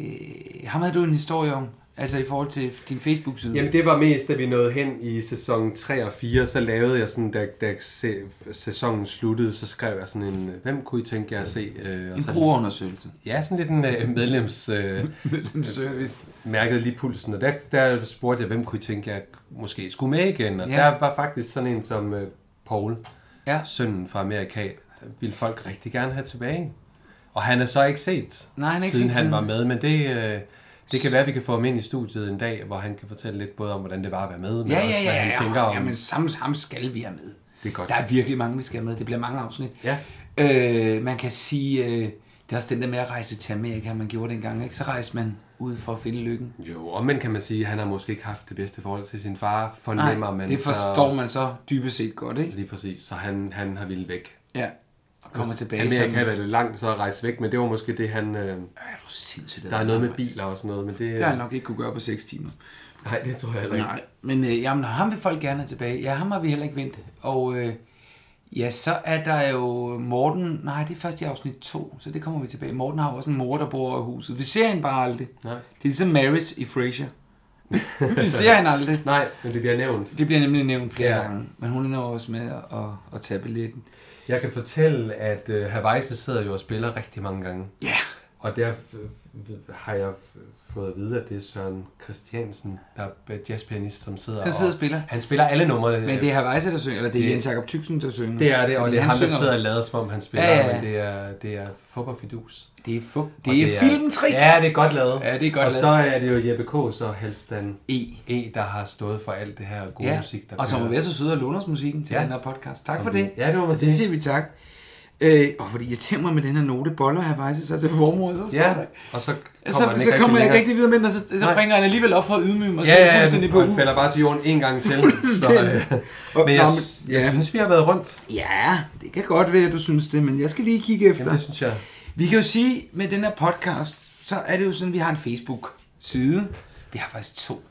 S1: ham havde du en historie om, altså i forhold til din Facebook-side.
S2: Jamen det var mest, da vi nåede hen i sæson 3 og 4, så lavede jeg sådan, da, da se, sæsonen sluttede, så skrev jeg sådan en, hvem kunne I tænke jer at se? Øh, og
S1: en
S2: så-
S1: brugerundersøgelse.
S2: Ja, sådan lidt en øh,
S1: <laughs>
S2: medlems... Øh,
S1: Service.
S2: mærkede lige pulsen, og der, der spurgte jeg, hvem kunne I tænke, jeg måske skulle med igen? Og
S1: Ja.
S2: ja. der var faktisk sådan en som øh, Paul,
S1: Ja.
S2: sønnen fra Amerika, ville folk rigtig gerne have tilbage. Og han er så ikke set,
S1: Nej, han er ikke
S2: siden
S1: set
S2: han
S1: siden.
S2: var med, men det, øh, det kan være, at vi kan få ham ind i studiet en dag, hvor han kan fortælle lidt både om, hvordan det var at være med, men
S1: Ja,
S2: også,
S1: ja,
S2: hvad
S1: ja.
S2: han
S1: ja.
S2: tænker om.
S1: Jamen, sammen, sammen skal vi have med.
S2: Det er godt.
S1: Der er virkelig mange, vi skal have med. Det bliver mange afsnit.
S2: Ja.
S1: Øh, man kan sige, øh, det er også den der med at rejse til Amerika, man gjorde dengang, ikke? Så rejste man ud for at finde lykken.
S2: Jo, og man kan man sige, at han har måske ikke haft det bedste forhold til sin far, fornemmer
S1: Nej,
S2: man
S1: det forstår man så dybest set godt,
S2: Så,
S1: ikke?
S2: lige præcis, så han, han har ville væk.
S1: Ja. Og kommer tilbage
S2: Amerika
S1: som...
S2: kan være lidt langt, så at rejse væk, men det var måske det, han... Øh,
S1: Ja, du er sindssygt, det
S2: Der er noget med biler og sådan noget, men det...
S1: Det har jeg nok ikke kunne gøre på 6 timer.
S2: Nej, det tror jeg heller ikke.
S1: Nej, men øh, jamen, ham vil folk gerne have tilbage. Ja, ham har vi heller ikke vendt. Og øh, ja, så er der jo Morten... Nej, det er først i afsnit 2, så det kommer vi tilbage. Morten har jo også en mor, der bor over i huset. Vi ser hende bare aldrig.
S2: Nej.
S1: Det er ligesom Maris i Frasier. <laughs> vi ser hende aldrig.
S2: Nej, men det bliver nævnt.
S1: Det bliver nemlig nævnt flere ja.
S2: Ja.
S1: gange, men hun er også med at, at, at tage billetten.
S2: Jeg kan fortælle, at øh, Havajse sidder jo og spiller rigtig mange gange.
S1: Ja. Yeah.
S2: Og der f- f- har jeg f- fået at vide, at det er Søren Christiansen, der er jazzpianist, som sidder,
S1: Som sidder og
S2: og
S1: spiller.
S2: Han spiller alle numrene.
S1: Men det er Havajsa, der synger, eller det er
S2: Det-
S1: Jens Jakob Tyksen, der synger.
S2: det er det, og
S1: Fordi
S2: det er
S1: han
S2: ham, der
S1: synger-
S2: sidder og lader, som om han spiller,
S1: Ja, ja, ja.
S2: men det er, det er fup og fidus.
S1: Det er, fup.
S2: Og
S1: Det er filmtrik.
S2: Ja, det er godt lavet.
S1: Ja, det er godt
S2: og så er det jo Jeppe K. og Halfdan
S1: E.
S2: E, der har stået for alt det her gode
S1: Ja.
S2: musik, der
S1: Og som har
S2: kører.
S1: været så søde og låne os musikken til ja.
S2: Ja.
S1: den her podcast. Tak
S2: Som
S1: for
S2: vi-
S1: det.
S2: Ja, det må man
S1: Så det
S2: sige.
S1: siger vi tak. Øh, og fordi jeg tænker mig med den her note, boller Havajsa så til formål, så står
S2: Ja,
S1: der.
S2: og så
S1: Ja,
S2: kommer,
S1: så,
S2: den
S1: så
S2: rigtig
S1: kommer jeg ikke
S2: længere.
S1: rigtig videre med den, og så, så
S2: Nej.
S1: bringer han alligevel op for at ydmyge mig.
S2: Ja,
S1: selv
S2: ja,
S1: fuldstændig
S2: ja,
S1: på
S2: og den
S1: u-
S2: falder bare til jorden en gang <laughs> til. Så,
S1: Og-
S2: øh, men jeg,
S1: Nå, men-
S2: jeg
S1: ja.
S2: synes, vi har været rundt.
S1: Ja, det kan godt være, at du synes det, men jeg skal lige kigge efter.
S2: Jamen, det synes jeg.
S1: Vi kan jo sige, med den her podcast, så er det jo sådan, at vi har en Facebook-side. Vi har faktisk to.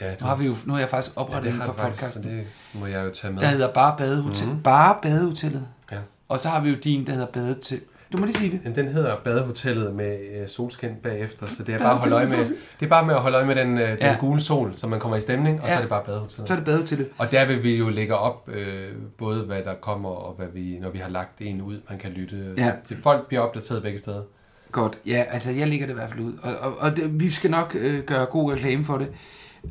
S2: Ja, du,
S1: Nu har, vi jo, nu har jeg faktisk oprettet
S2: det
S1: ja,
S2: har
S1: den for
S2: jeg faktisk,
S1: podcasten.
S2: så det Mhm. må jeg jo tage med.
S1: Der hedder Bare, Badehotel, mm. Bare Badehotellet.
S2: Ja.
S1: Og så har vi jo din, der hedder Badehotel. Du må lige sige det.
S2: Jamen, den hedder Badehotellet med øh, solskin bagefter, så det er bare at holde øje
S1: Badehotellet med
S2: med, det er bare med at holde øje med den, øh, den
S1: Ja.
S2: gule sol, så man kommer i stemning, og
S1: Ja.
S2: så er det bare
S1: Så er
S2: Badehotellet.
S1: det Badehotellet.
S2: Og der vil vi jo lægge op øh, både, hvad der kommer, og hvad vi, når vi har lagt en ud, man kan lytte.
S1: Ja.
S2: Så folk bliver opdateret begge steder.
S1: Godt. Ja, altså jeg lægger det i hvert fald ud. Og, og, og det, vi skal nok øh, gøre god reklame for det.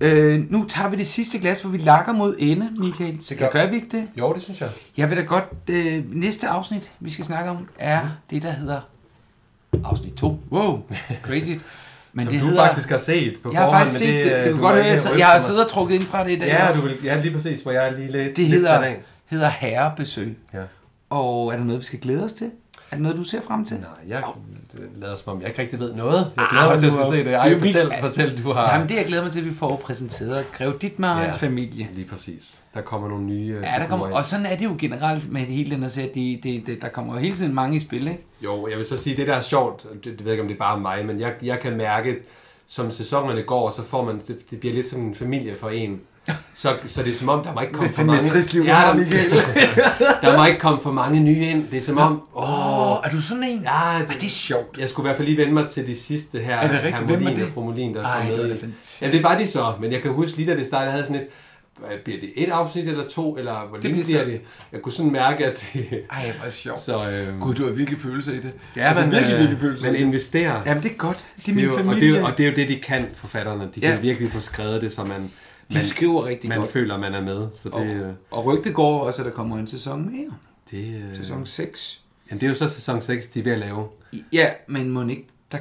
S1: Øh, nu tager vi det sidste glas, hvor vi lakker mod ende, Michael. Det gør,
S2: gør-
S1: gør vi ikke det?
S2: Jo, det synes jeg.
S1: Jeg vil da godt... Øh, næste afsnit, vi skal snakke om, er det, der hedder... Afsnit 2. Wow,
S2: <laughs>
S1: crazy. Men
S2: Som
S1: det
S2: du
S1: hedder...
S2: faktisk har set på
S1: jeg har
S2: forhånd,
S1: faktisk
S2: men
S1: set det. Du
S2: øh,
S1: kan godt
S2: du var
S1: høre, jeg,
S2: ikke
S1: sad-
S2: røbet
S1: jeg har
S2: mig.
S1: siddet og trukket ind fra det i dag.
S2: Ja,
S1: også.
S2: du vil, ja, lige præcis, hvor jeg er lige lidt,
S1: det
S2: lidt sat
S1: hedder,
S2: af.
S1: hedder herrebesøg.
S2: Ja.
S1: Og er det noget, vi skal glæde os til? Er det noget, du ser frem til?
S2: Nej, jeg det lader som om, jeg ikke rigtig ved noget. Jeg glæder mig til at skulle se det.
S1: Ah, Det er
S2: Ej,
S1: vildt,
S2: fortæl,
S1: at-
S2: fortæl, du har...
S1: Jamen, det jeg glæder mig til, at vi får præsenteret Grev Dittmar og
S2: Ja.
S1: hans familie.
S2: Lige præcis. Der kommer nogle nye... øh,
S1: Ja, der kommer,
S2: figurer ind.
S1: og sådan er det jo generelt med hele den her serie, at de, de, de, der kommer jo hele tiden mange i spil, ikke?
S2: Jo, jeg vil så sige, det der er sjovt, det, det ved jeg ikke, om det er bare mig, men jeg, jeg kan mærke, som sæsonerne går, så får man, det, det bliver lidt som en familie for en. Så, så det er som om, der må ikke komme
S1: Det er
S2: for
S1: fandme et
S2: mange...
S1: trist liv, du
S2: ja,
S1: har,
S2: der,
S1: Michael.
S2: <laughs> der må ikke komme for mange nye ind. Det er som om... Åh,
S1: Åh, er du sådan en?
S2: ja,
S1: Ej, det er sjovt.
S2: Jeg skulle i hvert fald lige vende mig til de sidste her.
S1: Er det rigtigt?
S2: hr.
S1: Hvem er
S2: Molin
S1: det?
S2: og fru Molin, der
S1: Ej,
S2: kom
S1: det var
S2: med.
S1: da
S2: i.
S1: fantastisk.
S2: Jamen, det var de så, men jeg kan huske lige da det startede, jeg havde sådan lidt, hvad, bliver det et afsnit eller to, eller hvor
S1: bliver
S2: længe bliver
S1: så-
S2: det? Jeg kunne sådan mærke, at det... <laughs>
S1: Ej, hvor sjovt.
S2: Så, øh,
S1: Gud, du har virkelig følelser i det.
S2: ja,
S1: altså,
S2: man,
S1: virkelig,
S2: øh,
S1: virkelig følelser
S2: Man
S1: i det.
S2: investerer.
S1: Jamen, det er godt. Det er
S2: det
S1: min
S2: er jo, og, det
S1: familie.
S2: er, jo- og det er jo det, de kan, forfatterne. De
S1: Ja.
S2: kan virkelig få skrevet det, så man,
S1: de
S2: man,
S1: skriver rigtig
S2: man
S1: godt.
S2: føler, man er med. Så det, øh,
S1: Og rygtet går også, at der kommer en sæson mere.
S2: det, øh,
S1: Sæson 6.
S2: jamen, det er jo så sæson 6, de er ved at lave.
S1: Ja, men må ikke, der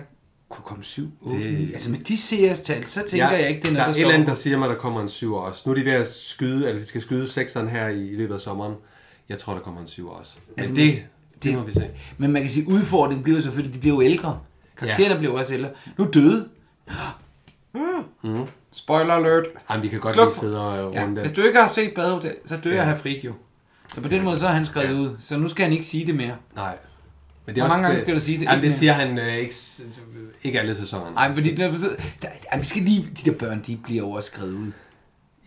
S1: kunne komme 7, 8. Det...
S2: Det-
S1: Altså med de seerstal, så tænker jeg ikke, det er
S2: der
S1: noget,
S2: er
S1: der,
S2: et
S1: står
S2: eller andet,
S1: på.
S2: der siger mig, der kommer en syver også. Nu er de ved at skyde, eller de skal skyde sekseren her i, i løbet af sommeren. Jeg tror, der kommer en syver også. Men
S1: Altså,
S2: altså, det,
S1: hvis-
S2: det, det, må vi se.
S1: Men man kan sige, at udfordringen bliver jo selvfølgelig, de bliver jo ældre. Karaktererne ja. blev også ældre. Nu er døde. Mm. Spoiler alert.
S2: Jamen, vi kan godt
S1: Sluk
S2: lige
S1: for-
S2: sidde og
S1: Ja.
S2: runde.
S1: Hvis du ikke har set Badehotel, så dør
S2: Ja.
S1: ja. Hafrik jo. Så på den måde, så er han skrevet ud. Så nu skal han ikke sige det mere.
S2: Nej. Men det
S1: Hvor mange gange skal du sige det?
S2: Jamen, det
S1: Ikke
S2: siger han øh, ikke, s- ikke alle sæsonerne.
S1: Nej, fordi der, der, ej, vi skal lige, de der børn, de bliver over skrevet ud.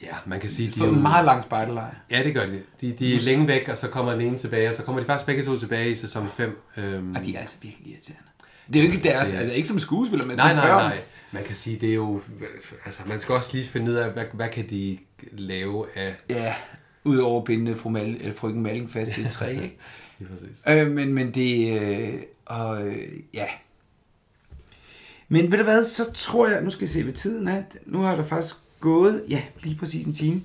S2: Ja, man kan sige, de
S1: Det er
S2: jo-
S1: meget lang spejderlejr.
S2: Ja, det gør de. De, de er længe væk, og så kommer den ene tilbage, og så kommer de faktisk begge to tilbage i sæson 5. Øhm,
S1: Og de er altså virkelig irriterende. Det er jo ikke deres,
S2: Det er-
S1: altså ikke som skuespiller, men
S2: nej,
S1: som
S2: nej,
S1: børn.
S2: nej. Man kan sige, det er jo... Altså, man skal også lige finde ud af, hvad, hvad kan de lave af...
S1: Ja, udover at binde fru Mal, eller frøken Malling fast til et træ, ikke?
S2: <laughs> Lige præcis.
S1: Øh, men, men det... Øh, og, øh, ja. Men ved du hvad, så tror jeg... Nu skal jeg se, hvad tiden er. Nu har der faktisk gået... Ja, lige præcis en time.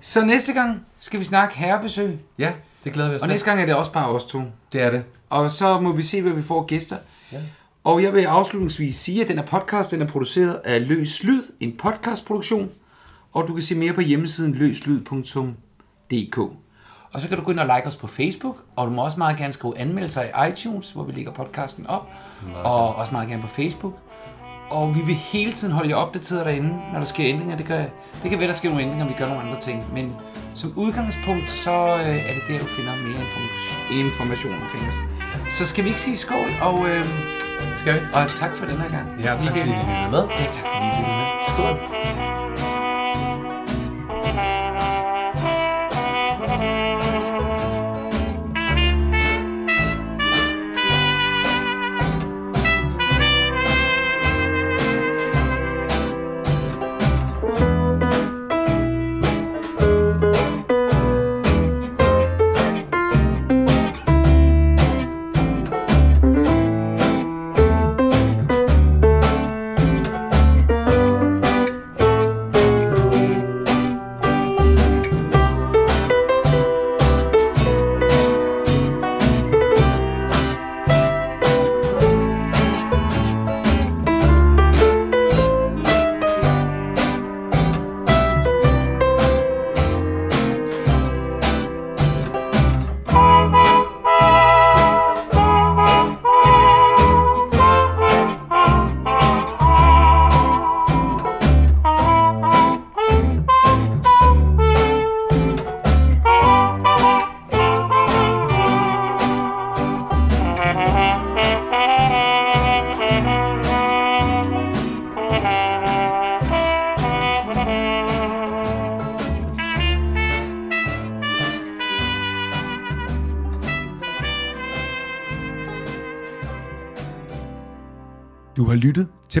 S1: Så næste gang skal vi snakke herrebesøg.
S2: Ja, det glæder vi os
S1: Og
S2: til.
S1: næste gang er det også bare os to.
S2: Det er det.
S1: Og så må vi se, hvad vi får af gæster.
S2: Ja.
S1: Og jeg vil afslutningsvis sige, at den her podcast den er produceret af Løs Lyd, en podcastproduktion. Og du kan se mere på hjemmesiden løslyd.dk. Og så kan du gå ind og like os på Facebook, og du må også meget gerne skrive anmeldelser i iTunes, hvor vi lægger podcasten op, og også meget gerne på Facebook. Og vi vil hele tiden holde jer opdateret derinde, når der sker ændringer. Det kan, det kan være, der sker nogle ændringer, vi gør nogle andre ting. Men som udgangspunkt, så øh, er det der, du finder mere information, information omkring os. Så skal vi ikke sige skål, og, øh,
S2: Skal vi?
S1: og tak for den her gang.
S2: Ja, tak fordi I
S1: Michael.
S2: lyttede med.
S1: Ja, tak fordi I lyttede med. Skål.
S3: Du har lyttet til